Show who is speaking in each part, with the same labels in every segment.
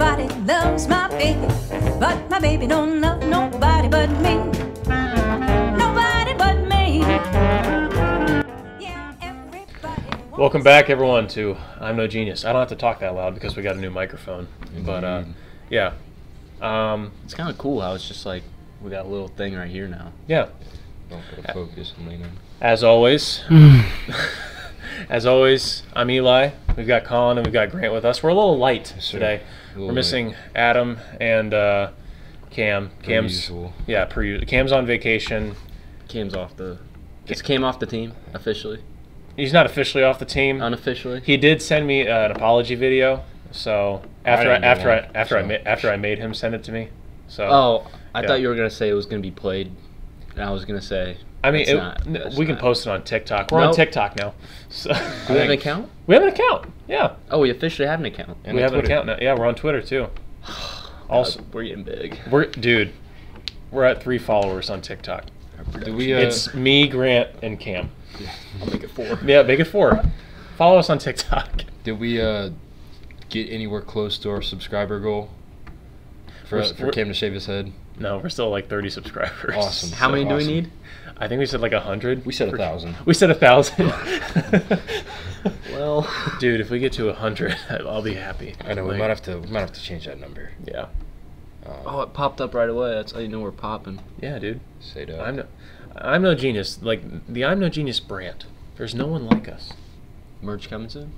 Speaker 1: loves my baby, but my baby don't love nobody but me. Nobody but me. Yeah, everybody.
Speaker 2: Welcome back, everyone, to I'm No Genius. I don't have to talk that loud because we got a new microphone. But uh,
Speaker 3: Mm-hmm.
Speaker 2: yeah, um,
Speaker 4: It's kind of cool how it's just like we got a little thing right here now.
Speaker 2: yeah.
Speaker 3: Don't gotta focus and lean in.
Speaker 2: As always, as always, I'm Eli. We've got Colin and we've got Grant with us. We're a little light
Speaker 3: Yes, sir.
Speaker 2: today.
Speaker 3: A little
Speaker 2: We're missing Adam and uh, Cam. Cam's
Speaker 3: usual.
Speaker 2: yeah, per usual. Cam's on vacation.
Speaker 4: Cam's off the. It's Cam off the team officially,
Speaker 2: He's not officially off the team.
Speaker 4: unofficially.
Speaker 2: He did send me uh, an apology video. So after I,
Speaker 3: didn't get
Speaker 2: after I,
Speaker 3: one,
Speaker 2: after I
Speaker 3: so.
Speaker 2: ma- after I made him send it to me. So
Speaker 4: Oh, I
Speaker 2: Yeah.
Speaker 4: thought you were gonna say it was gonna be played, and I was gonna say.
Speaker 2: I mean,
Speaker 4: it's
Speaker 2: it,
Speaker 4: not-
Speaker 2: n-
Speaker 4: it's
Speaker 2: we can
Speaker 4: not.
Speaker 2: post it on TikTok. We're on
Speaker 4: Nope.
Speaker 2: TikTok now. So
Speaker 4: Do we have an account?
Speaker 2: We have an account. Yeah,
Speaker 4: Oh, we officially have an account.
Speaker 3: And
Speaker 2: we
Speaker 3: a
Speaker 2: have an
Speaker 3: Twitter.
Speaker 2: account now. Yeah, we're on Twitter too. Also,
Speaker 4: God, we're getting big.
Speaker 2: we're dude, we're at three followers on TikTok.
Speaker 3: Do we? Uh,
Speaker 2: It's me, Grant, and Cam.
Speaker 4: I'll make it four.
Speaker 2: Yeah, make it four. Follow us on TikTok.
Speaker 3: did we uh, get anywhere close to our subscriber goal? For,
Speaker 2: We're s-
Speaker 3: for
Speaker 2: we're-
Speaker 3: Cam to shave his head,
Speaker 2: No, we're still like 30 subscribers.
Speaker 3: Awesome.
Speaker 4: How
Speaker 3: So
Speaker 4: many do we
Speaker 3: awesome.
Speaker 4: need?
Speaker 2: I think we said like 100.
Speaker 3: we said a
Speaker 2: For-
Speaker 3: thousand.
Speaker 2: We said a thousand.
Speaker 4: Well,
Speaker 2: Dude, if we get to 100, I'll be happy.
Speaker 3: I know we
Speaker 2: Like,
Speaker 3: might have to we might have to change that number.
Speaker 2: Yeah.
Speaker 4: Oh, it popped up right away. That's how you know we're popping.
Speaker 2: Yeah, dude.
Speaker 3: Say uh, that.
Speaker 2: I'm no, I'm no genius. Like the I'm no genius brand. There's no one like us.
Speaker 4: Merch coming soon.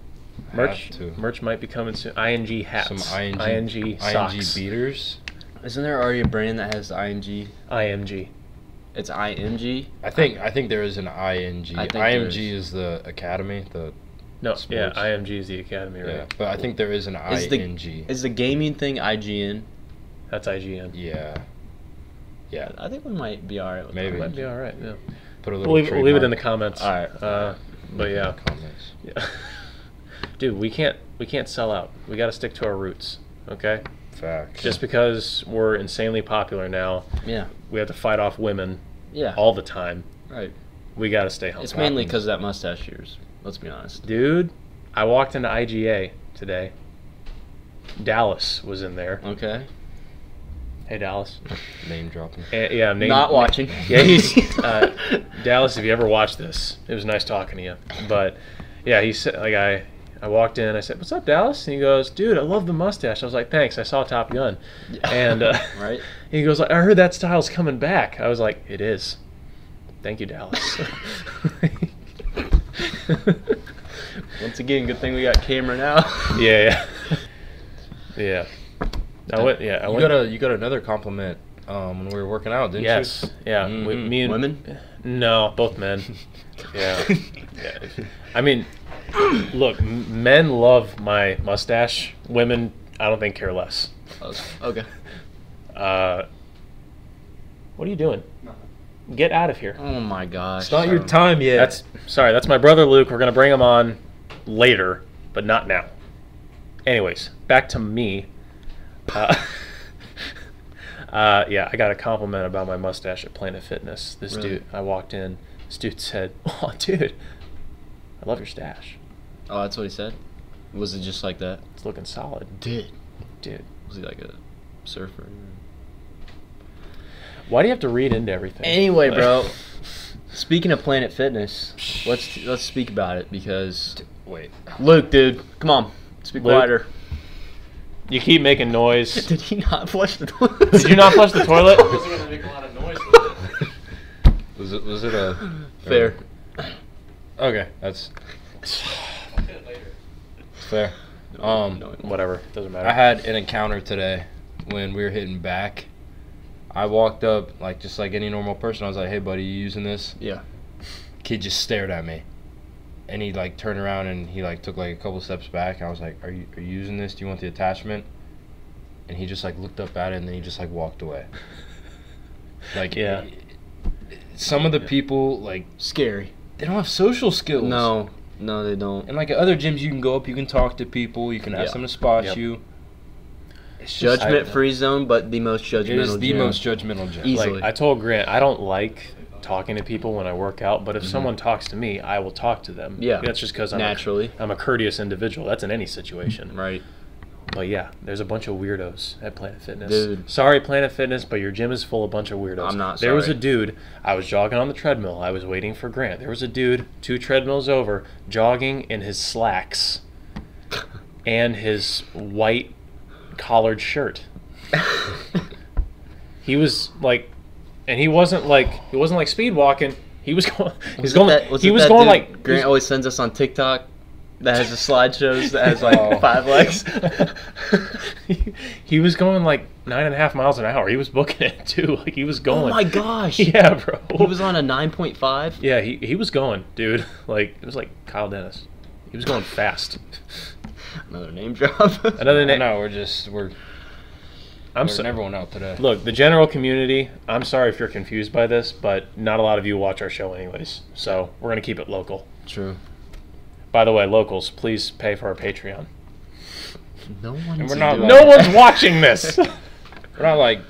Speaker 2: Merch,
Speaker 3: Have to.
Speaker 2: merch might be coming soon. Ing hats,
Speaker 3: some ing
Speaker 2: ing socks, ing,
Speaker 3: beaters.
Speaker 4: Isn't there already a brand that has the ing?
Speaker 2: IMG.
Speaker 4: It's img.
Speaker 3: I think I think there is an ING.
Speaker 4: I think there
Speaker 3: IMG is. the academy. The
Speaker 2: No, yeah,
Speaker 3: Sports.
Speaker 2: IMG is the academy, right?
Speaker 3: yeah, but I think there is an
Speaker 4: Is the-
Speaker 3: ING.
Speaker 4: Is the gaming thing IGN?
Speaker 2: That's IGN.
Speaker 3: yeah, yeah.
Speaker 4: I think we might be alright with
Speaker 3: Maybe.
Speaker 4: that.
Speaker 2: Might be all right. Yeah.
Speaker 3: Put
Speaker 2: We'll
Speaker 3: a little.
Speaker 2: leave, we'll leave it in the
Speaker 3: trademark
Speaker 2: comments.
Speaker 4: All right.
Speaker 2: Uh, but
Speaker 3: in the
Speaker 2: yeah,
Speaker 3: comments.
Speaker 2: yeah. dude, we can't we can't sell out. We got to stick to our roots. Okay.
Speaker 3: Facts.
Speaker 2: Just because we're insanely popular now,
Speaker 4: Yeah.
Speaker 2: we have to fight off women
Speaker 4: Yeah.
Speaker 2: all the time.
Speaker 4: right.
Speaker 2: We got to stay humble.
Speaker 4: It's mainly because of that mustache yours. Let's be honest.
Speaker 2: Dude, I walked into IGA today. Dallas was in there.
Speaker 4: Okay.
Speaker 2: Hey, Dallas.
Speaker 3: name dropping.
Speaker 2: Eh, yeah, I'm naming-
Speaker 4: Not watching.
Speaker 2: Yeah, he's uh, Dallas. If you ever watch this, it was nice talking to you. But yeah, he said like I, I walked in. I said, "What's up, Dallas?" And he goes, "Dude, I love the mustache." I was like, "Thanks." I saw Top Gun, and uh,
Speaker 4: right.
Speaker 2: he goes, "I heard that style's coming back." I was like, "It is." Thank you, Dallas.
Speaker 4: Once again, good thing we got camera now.
Speaker 2: yeah, yeah, yeah. I went. Yeah, I
Speaker 3: You
Speaker 2: went.
Speaker 3: got a you got another compliment um, when we were working out, didn't
Speaker 2: yes, yeah. we-
Speaker 3: Mhm.
Speaker 2: me and
Speaker 4: Women.
Speaker 2: No, both men. Yeah. yeah. I mean, look, m- men love my mustache. Women, I don't think care less.
Speaker 4: Oh, Okay.
Speaker 2: Uh, what are you doing? Get out of here.
Speaker 4: Oh my gosh.
Speaker 3: you? It's not your time yet.
Speaker 2: That's sorry. That's my brother Luke. We're gonna bring him on later, but not now. Anyways, back to me. Uh, uh, yeah, I got a compliment about my mustache at Planet Fitness. This
Speaker 4: Really?
Speaker 2: dude, I walked in. This dude said, "Oh, dude, I love your stash.
Speaker 4: Oh, that's what he said. Was it just like that?
Speaker 2: It's looking solid,
Speaker 4: Did.
Speaker 2: dude.
Speaker 4: Was he like a surfer?
Speaker 2: Why do you have to read into everything?"
Speaker 4: Anyway,
Speaker 2: Like-
Speaker 4: bro. Speaking of Planet Fitness, let's let's speak about it because
Speaker 3: wait.
Speaker 4: Luke, dude, come on, speak
Speaker 2: Luke?
Speaker 4: wider.
Speaker 2: you keep making noise.
Speaker 4: Did he not flush the toilet?
Speaker 2: Did you not flush the toilet?
Speaker 3: Was it was it a
Speaker 4: Fair.
Speaker 3: Okay, that's fair. Um,
Speaker 2: Whatever, doesn't matter.
Speaker 3: I had an encounter today when we were hitting back. I walked up like just like any normal person. I was like, "Hey, buddy, you using this?"
Speaker 4: Yeah.
Speaker 3: Kid just stared at me, and he like turned around and he like took like a couple steps back. And I was like, "Are you are you using this? Do you want the attachment?" And he just like looked up at it and then he just like walked away. Like
Speaker 2: Yeah.
Speaker 3: some of the people like
Speaker 4: Scary.
Speaker 3: they don't have social skills.
Speaker 4: No, no, they don't.
Speaker 3: And like at other gyms, you can go up, you can talk to people, you can ask
Speaker 4: Yeah.
Speaker 3: them to spot
Speaker 2: Yep.
Speaker 3: you. It's just-
Speaker 4: Judgment free zone, but the most judgmental.
Speaker 3: It is the
Speaker 4: gym.
Speaker 3: most judgmental gym.
Speaker 4: Easy.
Speaker 2: Like
Speaker 4: Easily.
Speaker 2: I told Grant, I don't like talking to people when I work out, but if someone talks to me, I will talk to them.
Speaker 4: Mm-hmm. Yeah.
Speaker 2: that's just because I'm
Speaker 4: Naturally. Mm-hmm.
Speaker 2: A, I'm a courteous individual. That's in any situation.
Speaker 4: Right.
Speaker 2: But yeah, there's a bunch of weirdos at Planet Fitness.
Speaker 4: Dude.
Speaker 2: Sorry, Planet Fitness, but your gym is full of bunch of weirdos.
Speaker 4: I'm not
Speaker 2: There was a
Speaker 4: sorry.
Speaker 2: dude. I was jogging on the treadmill. I was waiting for Grant. There was a dude two treadmills over, jogging in his slacks and his white collared shirt. he was like, and he wasn't like he wasn't like speed walking. He was going. He was
Speaker 4: Wasn't
Speaker 2: going.
Speaker 4: that- wasn't
Speaker 2: he was
Speaker 4: that
Speaker 2: going
Speaker 4: dude
Speaker 2: like he
Speaker 4: Grant
Speaker 2: was-
Speaker 4: always sends us on TikTok that has the slideshows that has like
Speaker 3: Oh.
Speaker 4: five legs.
Speaker 2: he, he was going like nine and a half miles an hour. He was booking it too. Like he was
Speaker 4: Oh
Speaker 2: going.
Speaker 4: my gosh.
Speaker 2: Yeah, bro.
Speaker 4: He was on a 9.5.
Speaker 2: Yeah, he, he was going, dude. Like it was like Kyle Dennis. He was going fast.
Speaker 4: Another name drop.
Speaker 2: Another
Speaker 3: No,
Speaker 2: name.
Speaker 3: no, we're just we're
Speaker 2: I'm
Speaker 3: we're
Speaker 2: so-
Speaker 3: everyone out today.
Speaker 2: Look, the general community. I'm sorry if you're confused by this, but not a lot of you watch our show, anyways. So we're gonna keep it local.
Speaker 4: True.
Speaker 2: By the way, locals, please pay for our Patreon.
Speaker 4: No one's
Speaker 3: we're not
Speaker 4: doing
Speaker 2: No
Speaker 3: like-
Speaker 2: one's watching this.
Speaker 3: We're not like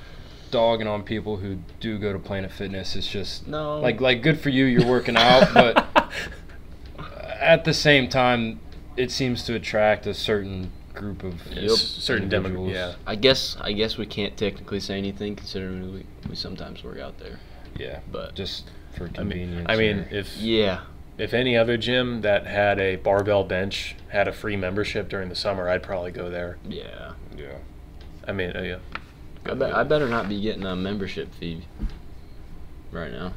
Speaker 3: dogging on people who do go to Planet Fitness. It's just
Speaker 4: No.
Speaker 3: like like good for you, you're working out, but at the same time, it seems to attract a certain group of
Speaker 2: It's certain demo.
Speaker 3: Individuals.
Speaker 2: Yeah.
Speaker 4: I guess I guess we can't technically say anything considering we, we sometimes work out there.
Speaker 3: yeah,
Speaker 4: But
Speaker 3: just for
Speaker 2: I mean,
Speaker 3: convenience.
Speaker 2: I mean,
Speaker 3: or-
Speaker 2: if
Speaker 4: yeah,
Speaker 2: if any other gym that had a barbell bench had a free membership during the summer, I'd probably go there.
Speaker 4: yeah.
Speaker 3: yeah,
Speaker 2: I mean, uh, yeah.
Speaker 4: I, bet I better not be getting a membership fee right now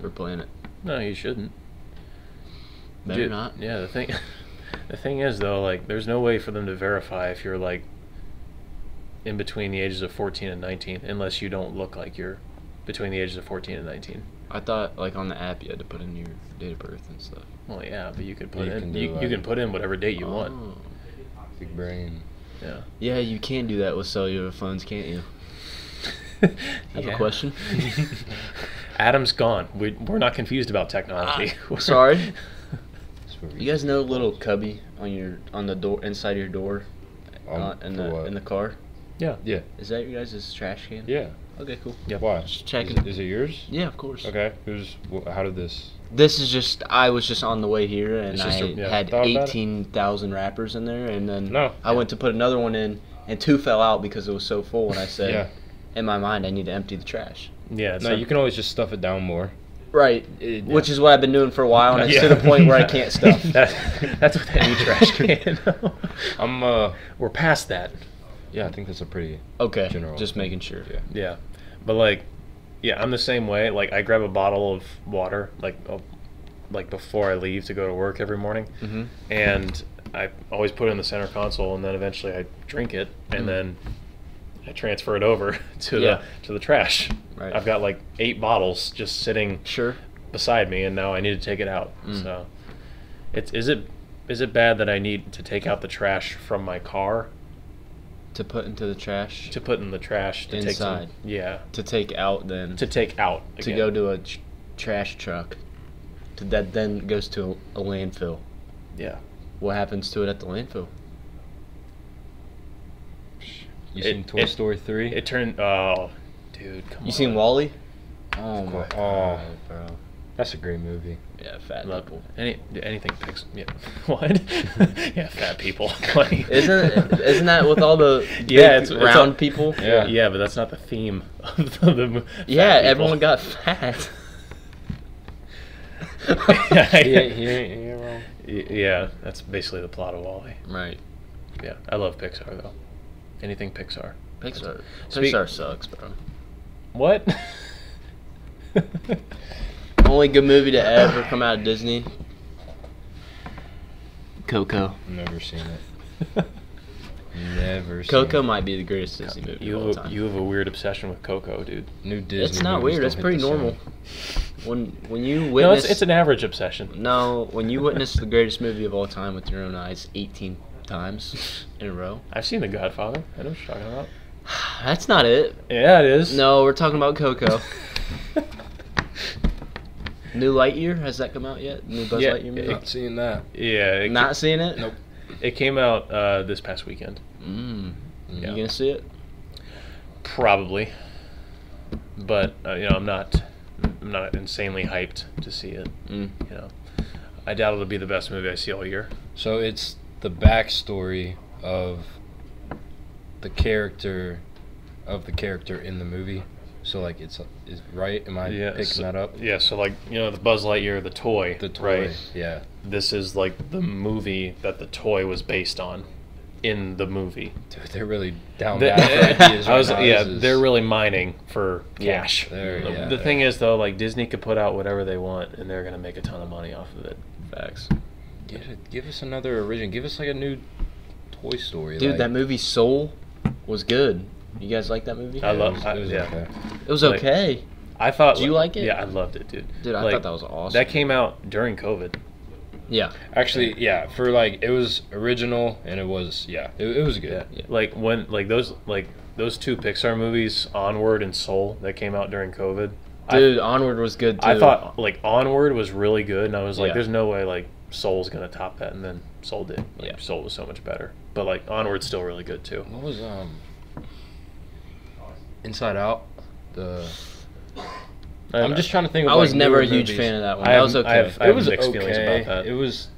Speaker 4: for Planet.
Speaker 2: No, you shouldn't.
Speaker 4: Better
Speaker 2: Dude,
Speaker 4: not.
Speaker 2: Yeah, the thing, the thing is though, like, there's no way for them to verify if you're like in between the ages of 14 and 19, unless you don't look like you're between the ages of 14 and 19.
Speaker 4: I thought like on the app you had to put in your date of birth and stuff.
Speaker 2: Well, yeah, but you could put
Speaker 3: You
Speaker 2: in
Speaker 3: can do,
Speaker 2: you, you
Speaker 3: like-
Speaker 2: can put in whatever date you want.
Speaker 4: Oh.
Speaker 3: big brain.
Speaker 2: Yeah.
Speaker 4: Yeah, you can do that with cellular phones, can't you? I have
Speaker 2: Yeah.
Speaker 4: a question.
Speaker 2: Adam's gone. We, we're not confused about technology. We're-
Speaker 4: Ah, Sorry.
Speaker 3: That's what we-
Speaker 4: You guys know the little cubby on your on the door inside your door
Speaker 3: um,
Speaker 4: uh, in
Speaker 3: for
Speaker 4: the
Speaker 3: what?
Speaker 4: in the car?
Speaker 2: Yeah.
Speaker 3: yeah,
Speaker 4: Is that your guys' trash can?
Speaker 3: yeah.
Speaker 4: Okay, cool.
Speaker 2: Yep.
Speaker 3: Why?
Speaker 4: Just
Speaker 3: Is
Speaker 4: checking.
Speaker 3: it, is it yours?
Speaker 4: Yeah, of course.
Speaker 3: Okay. Who's? Wh- how did this?
Speaker 4: This is just I was just on the way here and
Speaker 2: It's
Speaker 4: I
Speaker 2: just a- yeah.
Speaker 4: had
Speaker 3: Thought about it?
Speaker 4: eighteen thousand wrappers in there and
Speaker 2: Mm.
Speaker 4: then
Speaker 3: No.
Speaker 4: I went to put another one in and two fell out because it was so full and I said
Speaker 3: yeah.
Speaker 4: in my mind I need to empty the trash.
Speaker 2: Yeah.
Speaker 3: No, you can always just stuff it down more.
Speaker 4: Right.
Speaker 3: It-
Speaker 4: Which is what I've been doing for a while and it's
Speaker 2: Yeah.
Speaker 4: to the point where I can't stuff.
Speaker 2: That, that's what that new trash can.
Speaker 3: I'm uh.
Speaker 2: We're past that.
Speaker 3: Yeah, I think that's a pretty.
Speaker 4: Okay.
Speaker 3: General.
Speaker 4: Just making sure.
Speaker 3: Yeah.
Speaker 2: Yeah, but like, yeah, I'm the same way. Like, I grab a bottle of water, like, uh, like before I leave to go to work every morning,
Speaker 4: Mm-hmm.
Speaker 2: and I always put it in the center console, and then eventually I drink it, and
Speaker 4: Mhm.
Speaker 2: then I transfer it over to
Speaker 4: Yeah.
Speaker 2: the to the trash.
Speaker 4: Right.
Speaker 2: I've got like eight bottles just sitting
Speaker 4: Sure.
Speaker 2: beside me, and now I need to take it out.
Speaker 4: Mm.
Speaker 2: So, it's is it is it bad that I need to take out the trash from my car
Speaker 4: To put into the trash.
Speaker 2: to put in the trash to take some,
Speaker 4: Inside.
Speaker 2: yeah
Speaker 4: to take out then
Speaker 2: to
Speaker 4: to,
Speaker 2: take out again.
Speaker 4: go to a tr- trash truck to, that then goes to a, a landfill
Speaker 2: yeah.
Speaker 4: what happens to it at the landfill
Speaker 3: You
Speaker 2: It-
Speaker 3: seen Toy
Speaker 2: it-
Speaker 3: Story three?
Speaker 2: It turned. Oh, dude, come on.
Speaker 4: you seen wally oh
Speaker 3: Of
Speaker 4: my
Speaker 3: course.
Speaker 4: god
Speaker 3: Oh.
Speaker 4: bro
Speaker 3: That's a great movie.
Speaker 4: yeah fat
Speaker 2: Look,
Speaker 4: people
Speaker 2: any anything picks. Yeah, what? yeah, fat people. Funny.
Speaker 4: isn't isn't that with all the
Speaker 2: yeah,
Speaker 4: big
Speaker 2: it's, it's
Speaker 4: round
Speaker 2: all-
Speaker 4: people
Speaker 2: Yeah.
Speaker 3: Yeah.
Speaker 2: but that's not the theme of the, the mo- fat
Speaker 4: yeah
Speaker 2: people.
Speaker 4: everyone got fat
Speaker 2: Yeah.
Speaker 3: he ain't, he ain't, he ain't wrong.
Speaker 2: Y- yeah, that's basically the plot of Wally.
Speaker 4: right
Speaker 2: Yeah, I love Pixar though. Anything Pixar.
Speaker 4: pixar
Speaker 2: Speak-
Speaker 4: pixar sucks bro
Speaker 2: What?
Speaker 4: only good movie to ever come out of disney coco
Speaker 3: Never seen it. Never seen
Speaker 4: coco
Speaker 3: it.
Speaker 4: might be the greatest disney movie
Speaker 2: you
Speaker 4: of all
Speaker 2: have a,
Speaker 4: time
Speaker 2: you have a weird obsession with Coco, dude.
Speaker 3: New Disney.
Speaker 4: It's not
Speaker 3: movies
Speaker 4: weird.
Speaker 3: don't
Speaker 4: It's
Speaker 3: hit
Speaker 4: pretty
Speaker 3: the same.
Speaker 4: normal. When when you witness Mm.
Speaker 2: No, it's, it's an average obsession.
Speaker 4: no when you witness the greatest movie of all time with your own eyes 18 times in a row.
Speaker 2: I've seen The Godfather. I know what you're talking about.
Speaker 4: That's not it.
Speaker 2: Yeah, it is.
Speaker 4: No, we're talking about Coco. New Lightyear has that come out yet? New Buzz
Speaker 2: Yeah,
Speaker 4: Lightyear movie.
Speaker 3: Not seeing that.
Speaker 2: Yeah, it,
Speaker 4: not seeing it.
Speaker 3: Nope.
Speaker 2: it came out uh, this past weekend.
Speaker 4: Mm.
Speaker 2: Yeah.
Speaker 4: You gonna see it?
Speaker 2: Probably, but uh, you know, I'm not, I'm not insanely hyped to see it.
Speaker 4: Mm.
Speaker 2: You know, I doubt it'll be the best movie I see all year.
Speaker 3: So it's the backstory of the character of the character in the movie. So like it's is right? Am I
Speaker 2: yeah,
Speaker 3: picking
Speaker 2: so,
Speaker 3: that up?
Speaker 2: Yeah, so like you know the Buzz Lightyear, the toy,
Speaker 3: The toy,
Speaker 2: right?
Speaker 3: yeah.
Speaker 2: This is like the movie that the toy was based on, in the movie.
Speaker 3: Dude, they're really down
Speaker 2: They-
Speaker 3: bad for ideas.
Speaker 2: I was,
Speaker 3: right now.
Speaker 2: yeah,
Speaker 3: This is-
Speaker 2: they're really mining for
Speaker 3: Yeah,
Speaker 2: cash.
Speaker 3: they're-
Speaker 2: the,
Speaker 3: yeah,
Speaker 2: the
Speaker 3: they're-
Speaker 2: thing is, though, like Disney could put out whatever they want, and they're gonna make a ton of money off of it. Facts.
Speaker 3: Get it- give us another origin. Give us like a new Toy Story.
Speaker 4: Dude,
Speaker 3: like,
Speaker 4: that movie Soul was good. You guys like that movie?
Speaker 2: I
Speaker 3: it
Speaker 2: love-
Speaker 3: was-
Speaker 2: I-
Speaker 3: it was
Speaker 2: yeah.
Speaker 3: okay.
Speaker 4: It was
Speaker 2: like-
Speaker 4: okay.
Speaker 2: I thought.
Speaker 4: Did you like it?
Speaker 2: Yeah, I loved it, dude.
Speaker 4: Dude, I
Speaker 2: Like,
Speaker 4: thought that was awesome.
Speaker 2: That came out during COVID.
Speaker 4: yeah.
Speaker 3: Actually, yeah, for like it was original and it was yeah, it, it was good.
Speaker 4: Yeah.
Speaker 2: Like when, like those, like those two Pixar movies, Onward and Soul, that came out during COVID. I-
Speaker 4: Dude, Onward was good too.
Speaker 2: I thought like Onward was really good, and I was like,
Speaker 4: Yeah.
Speaker 2: "There's no way like Soul's gonna top that," and then Soul did. Like,
Speaker 4: Yeah.
Speaker 2: Soul was so much better, but like Onward's still really good too.
Speaker 3: What was um Inside Out? The
Speaker 2: I,
Speaker 3: I'm just trying to think. Of,
Speaker 4: I was
Speaker 3: like,
Speaker 4: never
Speaker 3: newer
Speaker 4: a huge
Speaker 3: movies.
Speaker 4: fan of that one.
Speaker 2: I
Speaker 4: that
Speaker 2: have-
Speaker 4: was okay.
Speaker 2: I have-
Speaker 3: it was
Speaker 2: mixed
Speaker 3: okay.
Speaker 2: feelings about that.
Speaker 3: It was.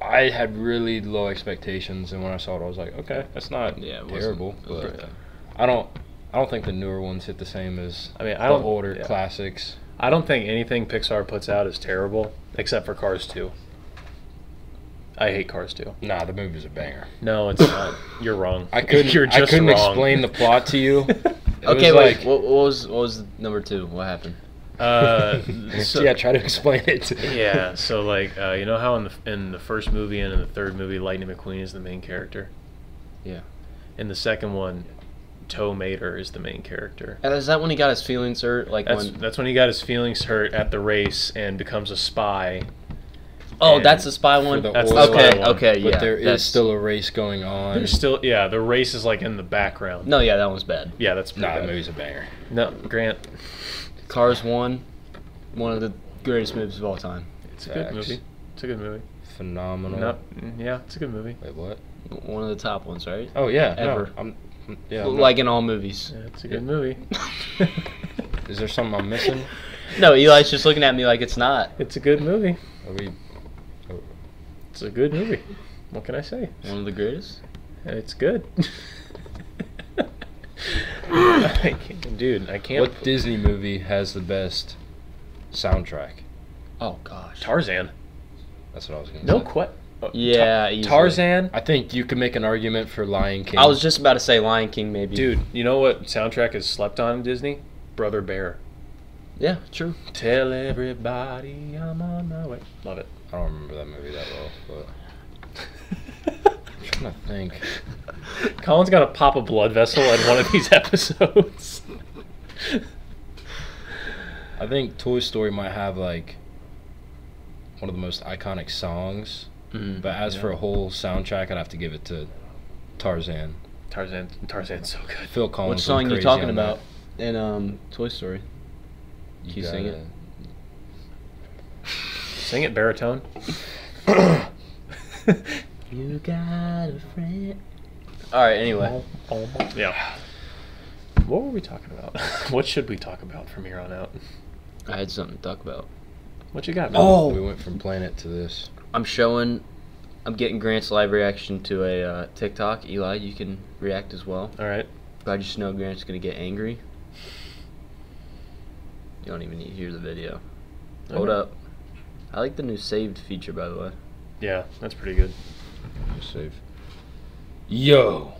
Speaker 3: I had really low expectations, and when I saw it, I was like, okay, that's not
Speaker 4: Yeah, it wasn't-
Speaker 3: terrible.
Speaker 4: it was
Speaker 3: But
Speaker 4: okay.
Speaker 3: I don't. I don't think the newer ones hit the same as
Speaker 2: I mean, I
Speaker 3: the
Speaker 2: don't-
Speaker 3: older
Speaker 2: yeah.
Speaker 3: classics.
Speaker 2: I don't think anything Pixar puts out is terrible, except for Cars 2. I hate Cars 2.
Speaker 3: Nah, the movie's a banger.
Speaker 2: No, it's not. You're wrong.
Speaker 3: I couldn't.
Speaker 2: You're
Speaker 3: I
Speaker 2: just
Speaker 3: couldn't
Speaker 2: wrong.
Speaker 3: explain the plot to you. It
Speaker 4: okay,
Speaker 3: was
Speaker 4: wait.
Speaker 3: like-
Speaker 4: what, what was what was number two? What happened?
Speaker 2: Uh, so-
Speaker 3: yeah, try to explain it.
Speaker 2: yeah, so like uh, you know how in the in the first movie and in the third movie, Lightning McQueen is the main character.
Speaker 4: Yeah.
Speaker 2: In the second one, Toe Mater is the main character.
Speaker 4: And is that when he got his feelings hurt? Like
Speaker 2: That's
Speaker 4: when?
Speaker 2: that's when he got his feelings hurt at the race and becomes a spy.
Speaker 4: Oh,
Speaker 2: and
Speaker 4: that's the spy one.
Speaker 3: the
Speaker 2: That's the
Speaker 3: oil
Speaker 2: spy
Speaker 4: okay,
Speaker 2: one.
Speaker 4: okay,
Speaker 3: But
Speaker 4: yeah.
Speaker 3: there is
Speaker 4: that's-
Speaker 3: still a race going on.
Speaker 2: There's still yeah, the race is like in the background.
Speaker 4: no, yeah, that one's bad.
Speaker 2: Yeah, that's pretty
Speaker 3: nah, the
Speaker 2: bad.
Speaker 3: movie's a banger.
Speaker 2: No, Grant,
Speaker 4: Cars one, one of the greatest movies of all time.
Speaker 2: it's a good
Speaker 3: Facts.
Speaker 2: movie. It's a good movie.
Speaker 3: Phenomenal.
Speaker 2: No, mm, yeah, it's a good movie.
Speaker 3: Wait, what?
Speaker 4: One of the top ones, right?
Speaker 3: Oh yeah.
Speaker 4: Ever.
Speaker 3: No, I'm, I'm- yeah. I'm not-
Speaker 4: like in all movies.
Speaker 2: Yeah, it's a good movie.
Speaker 3: is there something I'm missing?
Speaker 4: No, Eli's just looking at me like it's not.
Speaker 2: It's a good movie.
Speaker 3: Are we?
Speaker 2: It's a good movie. What can I say?
Speaker 4: One of the greatest.
Speaker 2: It's good. I can't, dude, I can't.
Speaker 3: What Disney movie has the best soundtrack?
Speaker 4: Oh gosh.
Speaker 2: Tarzan.
Speaker 3: That's what I was gonna
Speaker 2: No
Speaker 3: say.
Speaker 2: quit.
Speaker 4: yeah. easily.
Speaker 2: Tarzan.
Speaker 3: I think you can make an argument for Lion King.
Speaker 4: I was just about to say Lion King, maybe.
Speaker 2: Dude, you know what soundtrack is slept on in Disney? Brother Bear.
Speaker 4: Yeah, true.
Speaker 2: Tell everybody I'm on my way. Love it.
Speaker 3: I don't remember that movie that well, but I'm trying to think.
Speaker 2: Colin's got to pop a blood vessel in one of these episodes.
Speaker 3: I think Toy Story might have like one of the most iconic songs,
Speaker 4: Mm.
Speaker 3: but as for a whole soundtrack, I'd have to give it to Tarzan.
Speaker 2: Tarzan. Tarzan's so good.
Speaker 3: Phil Collins.
Speaker 4: What
Speaker 3: went
Speaker 4: song you
Speaker 3: crazy
Speaker 4: talking
Speaker 3: on that.
Speaker 4: about? In um Toy Story. Can you sing it?
Speaker 2: Sing it baritone.
Speaker 4: You got a friend. All right. Anyway.
Speaker 2: Yeah. What were we talking about? what should we talk about from here on out?
Speaker 4: I had something to talk about.
Speaker 2: What you got? man?
Speaker 4: Oh.
Speaker 3: We went from planet to this.
Speaker 4: I'm showing. I'm getting Grant's live reaction to a uh, TikTok. Eli, you can react as well.
Speaker 2: All right.
Speaker 4: But I just know Grant's gonna get angry. You don't even need to hear the video. Hold
Speaker 2: Okay.
Speaker 4: up. I like the new saved feature, by the way.
Speaker 2: Yeah, that's pretty good.
Speaker 3: Just save. Yo.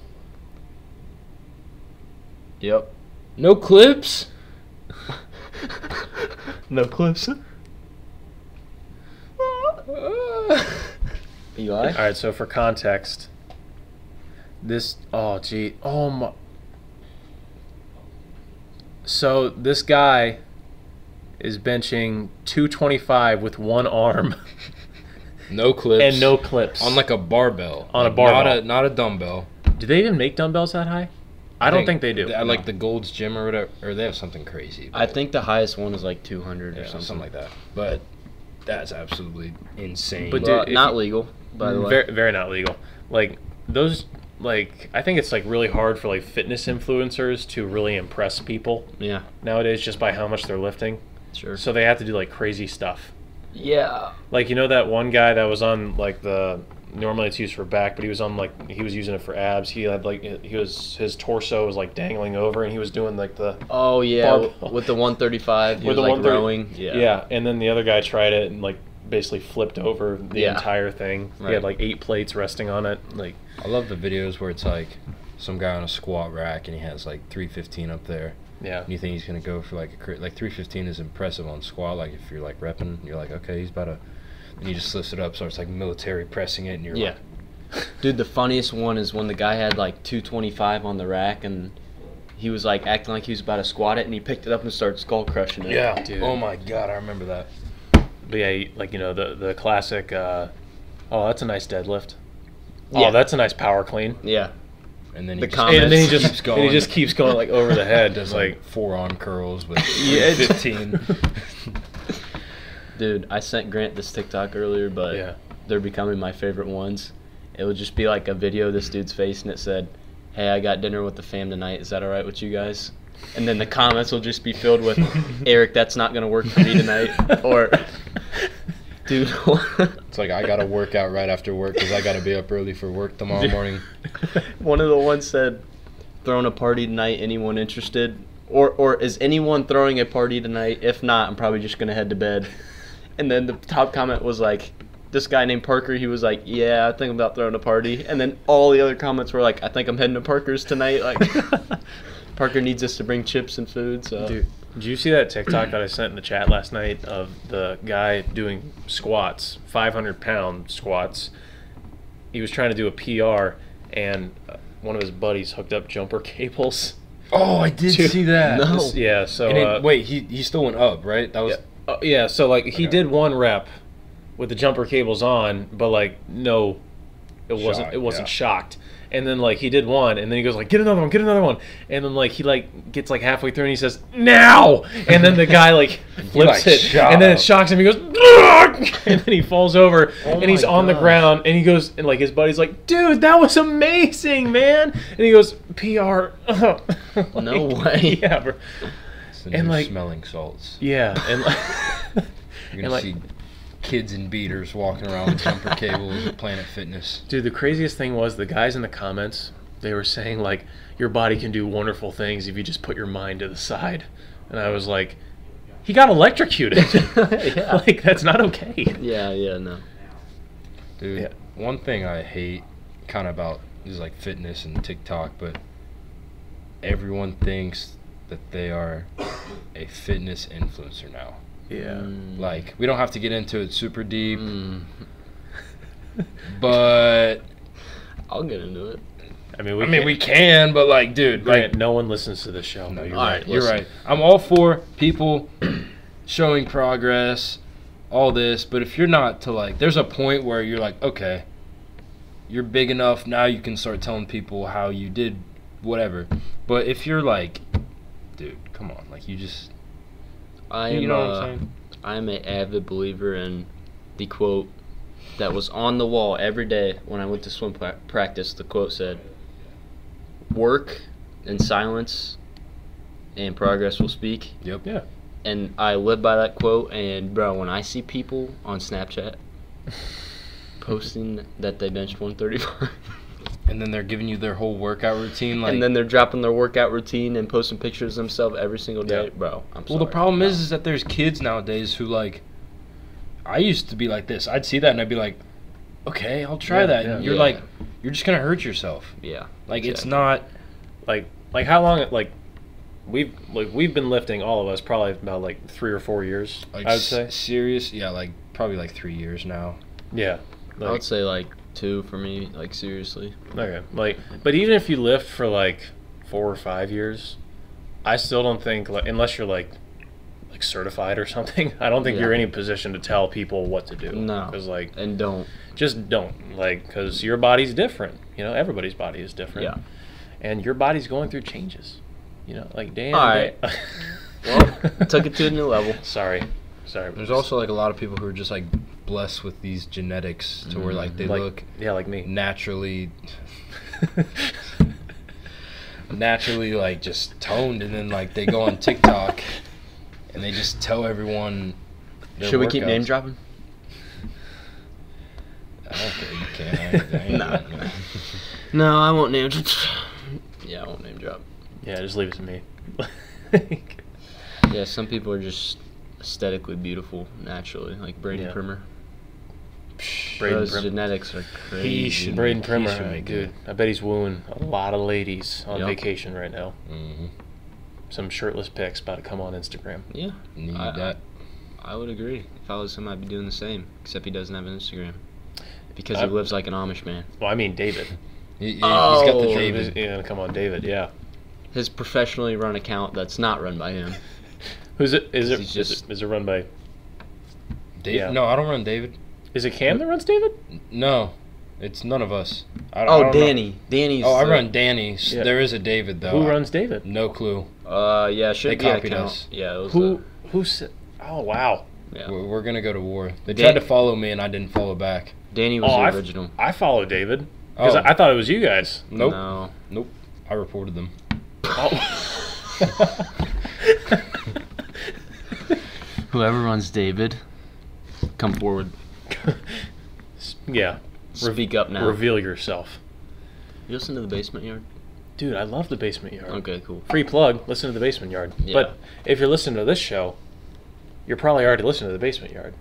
Speaker 4: Yep.
Speaker 3: No clips?
Speaker 2: No clips.
Speaker 4: Eli.
Speaker 2: All right, so for context, this oh gee oh my. So this guy is benching 225 with one arm
Speaker 3: No clips.
Speaker 2: and no clips.
Speaker 3: On like a barbell.
Speaker 2: On a
Speaker 3: Like, Not
Speaker 2: barbell.
Speaker 3: a, not a dumbbell.
Speaker 2: do they even make dumbbells that high? I, don't think they do.
Speaker 3: I like the Gold's Gym or whatever. Or they have something crazy.
Speaker 4: I
Speaker 3: but-
Speaker 4: think the highest one is like 200
Speaker 3: yeah,
Speaker 4: or something.
Speaker 3: something like that. But that's absolutely insane.
Speaker 2: But
Speaker 4: Well,
Speaker 2: dude, if
Speaker 4: not
Speaker 2: you- Mm,
Speaker 4: legal, by the way.
Speaker 2: very, very not legal. Like those, like I think it's like really hard for like fitness influencers to really impress people
Speaker 4: yeah,
Speaker 2: nowadays just by how much they're lifting.
Speaker 4: sure.
Speaker 2: So they have to do like crazy stuff.
Speaker 4: yeah.
Speaker 2: Like you know that one guy that was on like the Normally it's used for back, but he was on like he was using it for abs. He had like he was his torso was like dangling over, and he was doing like the
Speaker 4: Oh yeah,
Speaker 2: Barbell.
Speaker 4: w- with the 135, he
Speaker 2: With
Speaker 4: was
Speaker 2: the
Speaker 4: like
Speaker 2: 130
Speaker 4: rowing. Yeah.
Speaker 2: yeah. And then the other guy tried it and like basically flipped over the
Speaker 4: Yeah.
Speaker 2: entire thing. He
Speaker 4: Right.
Speaker 2: had like eight plates resting on it. Like
Speaker 3: I love the videos where it's like some guy on a squat rack and he has like 315 up there.
Speaker 2: yeah,
Speaker 3: And you think he's gonna go for like a crit? Like 315 is impressive on squat. Like if you're like repping, you're like, okay, he's about to. And he just lifts it up, starts like military pressing it, and you're
Speaker 4: Yeah. Dude, the funniest one is when the guy had like 225 on the rack and he was like acting like he was about to squat it and he picked it up and started skull crushing
Speaker 3: like,
Speaker 4: it.
Speaker 3: yeah,
Speaker 2: Dude.
Speaker 3: Oh my god, I remember that.
Speaker 2: but yeah, he- like you know the the classic. Uh, oh, that's a nice deadlift.
Speaker 4: Yeah.
Speaker 2: Oh, that's a nice power clean.
Speaker 4: Yeah.
Speaker 3: And then
Speaker 4: The
Speaker 3: he just,
Speaker 4: comments.
Speaker 2: And then he
Speaker 4: Keeps
Speaker 2: just And he just keeps going like over the head.
Speaker 3: does
Speaker 2: Just
Speaker 3: like,
Speaker 2: like
Speaker 3: forearm curls with
Speaker 4: Yeah, it-
Speaker 3: 15.
Speaker 4: Dude, I sent Grant this TikTok earlier, but
Speaker 2: yeah,
Speaker 4: they're becoming my favorite ones. It would just be like a video of this dude's face and it said, Hey, I got dinner with the fam tonight. Is that all right with you guys? And then the comments will just be filled with, Eric, that's not going to work for me tonight. Or, dude,
Speaker 3: it's like I gotta work out right after work because I gotta be up early for work tomorrow morning.
Speaker 4: One of the ones said, "Throwing a party tonight. Anyone interested?" Or, or is anyone throwing a party tonight? If not, I'm probably just gonna head to bed. And then the top comment was like, "This guy named Parker. He was like, yeah, I think I'm about throwing a party." And then all the other comments were like, "I think I'm heading to Parker's tonight." Like, Parker needs us to bring chips and food. So,
Speaker 2: Dude, did you see that TikTok that I sent in the chat last night of the guy doing squats, 500 pound squats? He was trying to do a PR, and uh, one of his buddies hooked up jumper cables.
Speaker 3: Oh, I did
Speaker 2: Dude,
Speaker 3: see that.
Speaker 4: no.
Speaker 2: This- yeah, so
Speaker 3: Oh. And
Speaker 2: uh,
Speaker 3: it, wait, he he still went up, right? That was
Speaker 2: Yeah, uh, yeah, so like he
Speaker 3: Okay.
Speaker 2: did one rep with the jumper cables on, but like no, it wasn't.
Speaker 3: Shocked,
Speaker 2: It wasn't
Speaker 3: yeah.
Speaker 2: shocked. And then like he did one, and then he goes like, "Get another one, get another one." And then like he like gets like halfway through, and he says, "Now!" And then the guy like flips
Speaker 3: like,
Speaker 2: it,
Speaker 3: shut
Speaker 2: and then
Speaker 3: up.
Speaker 2: it shocks him. He goes, "Ugh!" and then he falls over, and he's
Speaker 4: my
Speaker 2: on the
Speaker 4: gosh.
Speaker 2: ground, and he goes, and like his buddy's like, "Dude, that was amazing, man!" And he goes, "PR."
Speaker 4: no
Speaker 2: Like,
Speaker 4: way.
Speaker 2: Yeah, bro.
Speaker 3: it's the
Speaker 2: and,
Speaker 3: new
Speaker 2: like-
Speaker 3: smelling salts.
Speaker 2: Yeah, and like.
Speaker 3: You're gonna
Speaker 2: like-
Speaker 3: see kids in beaters walking around with jumper cables at Planet Fitness.
Speaker 2: Dude, the craziest thing was the guys in the comments. They were saying like, your body can do wonderful things if you just put your mind to the side, and I was like, he got electrocuted.
Speaker 4: Yeah.
Speaker 2: Like that's not okay.
Speaker 4: Yeah, yeah, no.
Speaker 3: Dude,
Speaker 2: Yeah.
Speaker 3: one thing I hate kind of about is like fitness and TikTok, but everyone thinks that they are a fitness influencer now.
Speaker 2: Yeah.
Speaker 3: Mm. Like, we don't have to get into it super deep,
Speaker 4: Mm,
Speaker 3: but
Speaker 4: I'll get into it.
Speaker 2: I mean, we.
Speaker 3: I mean, we can, but like, dude, like,
Speaker 2: Grant, no one listens to the show.
Speaker 3: No, Oh, you're
Speaker 4: All
Speaker 3: right.
Speaker 4: right,
Speaker 3: you're
Speaker 4: listen.
Speaker 3: right. I'm all for people showing progress, all this, but if you're not to like, there's a point where you're like, okay, you're big enough now. You can start telling people how you did whatever. But if you're like, dude, come on, like you just,
Speaker 4: I
Speaker 3: you
Speaker 4: am,
Speaker 3: know
Speaker 4: uh,
Speaker 3: what I'm saying?
Speaker 4: I'm an avid believer in the quote that was on the wall every day when I went to swim pra- practice. The quote said, "Work and silence, and progress will speak."
Speaker 3: Yep.
Speaker 2: Yeah.
Speaker 4: And I live by that quote. And bro, when I see people on Snapchat posting that they benched 135,
Speaker 3: And then they're giving you their whole workout routine, like.
Speaker 4: and then they're dropping their workout routine and posting pictures of themselves every single day,
Speaker 2: Yeah.
Speaker 4: bro, I'm
Speaker 3: well, the
Speaker 4: sorry.
Speaker 3: problem
Speaker 4: No.
Speaker 3: is, is that there's kids nowadays who like. I used to be like this. I'd see that and I'd be like, okay, I'll try
Speaker 2: Yeah,
Speaker 3: that.
Speaker 2: yeah.
Speaker 3: and you're
Speaker 4: Yeah.
Speaker 3: like, you're just gonna hurt yourself.
Speaker 4: yeah,
Speaker 3: Like it's
Speaker 4: Exactly.
Speaker 3: not
Speaker 2: Like, like how long? Like, we've like we've been lifting all of us probably about like three or four years.
Speaker 3: like
Speaker 2: I would say.
Speaker 3: s- serious. Yeah, like probably like three years now.
Speaker 2: Yeah.
Speaker 4: I
Speaker 2: Like,
Speaker 4: would say like two for me, like seriously.
Speaker 2: Okay. Like, but even if you lift for like four or five years, I still don't think like, unless you're like like certified or something, I don't think
Speaker 4: Yeah.
Speaker 2: you're in any position to tell people what to do.
Speaker 4: No.
Speaker 2: Because like,
Speaker 4: And don't
Speaker 2: just don't like because your body's different. You know, everybody's body is different.
Speaker 4: Yeah.
Speaker 2: And your body's going through changes. You know, like damn.
Speaker 4: All right. Well, took it to a new level.
Speaker 2: Sorry. Sorry.
Speaker 3: There's also like a lot of people who are just like blessed with these genetics to where like they
Speaker 4: Mm-hmm.
Speaker 2: like
Speaker 3: look
Speaker 2: yeah, like me.
Speaker 3: naturally, naturally like just toned, and then like they go on TikTok and they just tell everyone. their
Speaker 4: Should we keep
Speaker 3: workouts.
Speaker 4: name dropping?
Speaker 3: I don't think you can't. I ain't- I ain't
Speaker 4: No.
Speaker 3: doing that.
Speaker 4: No, I won't name. yeah, I won't name drop.
Speaker 2: Yeah, just leave it to me.
Speaker 4: Yeah, some people are just aesthetically beautiful naturally, like Braden
Speaker 2: Yeah.
Speaker 4: Primer.
Speaker 2: Braden
Speaker 4: Those
Speaker 2: Prim.
Speaker 4: genetics are crazy.
Speaker 3: He should-
Speaker 2: Braden
Speaker 3: he
Speaker 2: Primer,
Speaker 3: should be
Speaker 2: dude.
Speaker 3: good.
Speaker 2: I bet he's wooing a lot of ladies on
Speaker 4: Yup.
Speaker 2: vacation right now.
Speaker 3: Mhm.
Speaker 2: Some shirtless pics about to come on Instagram.
Speaker 4: Yeah,
Speaker 3: Need
Speaker 4: I-
Speaker 3: that.
Speaker 4: I would agree. If I was him, I'd be doing the same, except he doesn't have an Instagram because
Speaker 2: I-
Speaker 4: he lives like an Amish man.
Speaker 2: Well, I mean David.
Speaker 3: He, has got
Speaker 4: Oh.
Speaker 3: the
Speaker 2: David,
Speaker 3: David.
Speaker 2: yeah, come on, David. Yeah.
Speaker 4: His professionally run account that's not run by him.
Speaker 2: Who's it? Is it?
Speaker 4: He's
Speaker 2: is
Speaker 4: just-
Speaker 2: it, is it run by?
Speaker 3: David.
Speaker 2: Yeah.
Speaker 3: No, I don't run David.
Speaker 2: Is it Cam that runs David?
Speaker 3: No, it's none of us. I, I
Speaker 4: Oh,
Speaker 3: don't know.
Speaker 4: Danny. Danny's.
Speaker 3: Oh, I
Speaker 4: the-
Speaker 3: run Danny. S-
Speaker 2: Yeah.
Speaker 3: There is a David though.
Speaker 2: Who
Speaker 3: I-
Speaker 2: runs David?
Speaker 3: No clue.
Speaker 4: Uh, yeah, it should
Speaker 3: They
Speaker 4: be an
Speaker 3: copied
Speaker 4: account.
Speaker 3: us.
Speaker 4: Yeah, it was
Speaker 2: Who? Who said? Oh wow!
Speaker 4: Yeah.
Speaker 3: We're, we're gonna go to war. They
Speaker 4: Dan-
Speaker 3: tried to follow me and I didn't follow back.
Speaker 4: the- Danny was
Speaker 2: Oh, I f-
Speaker 4: the original.
Speaker 2: I follow David
Speaker 3: Oh,
Speaker 2: because I, I thought it was you guys.
Speaker 3: nope.
Speaker 4: No.
Speaker 3: I reported them.
Speaker 2: Oh.
Speaker 4: Whoever runs David, come forward.
Speaker 2: yeah,
Speaker 4: Speak up now.
Speaker 2: reveal yourself,
Speaker 4: you listen to the basement yard?
Speaker 2: dude. I love the basement yard.
Speaker 4: Okay, cool.
Speaker 2: Free plug. Listen to the basement yard.
Speaker 4: Yeah.
Speaker 2: But if you're listening to this show, you're probably already listening to the basement yard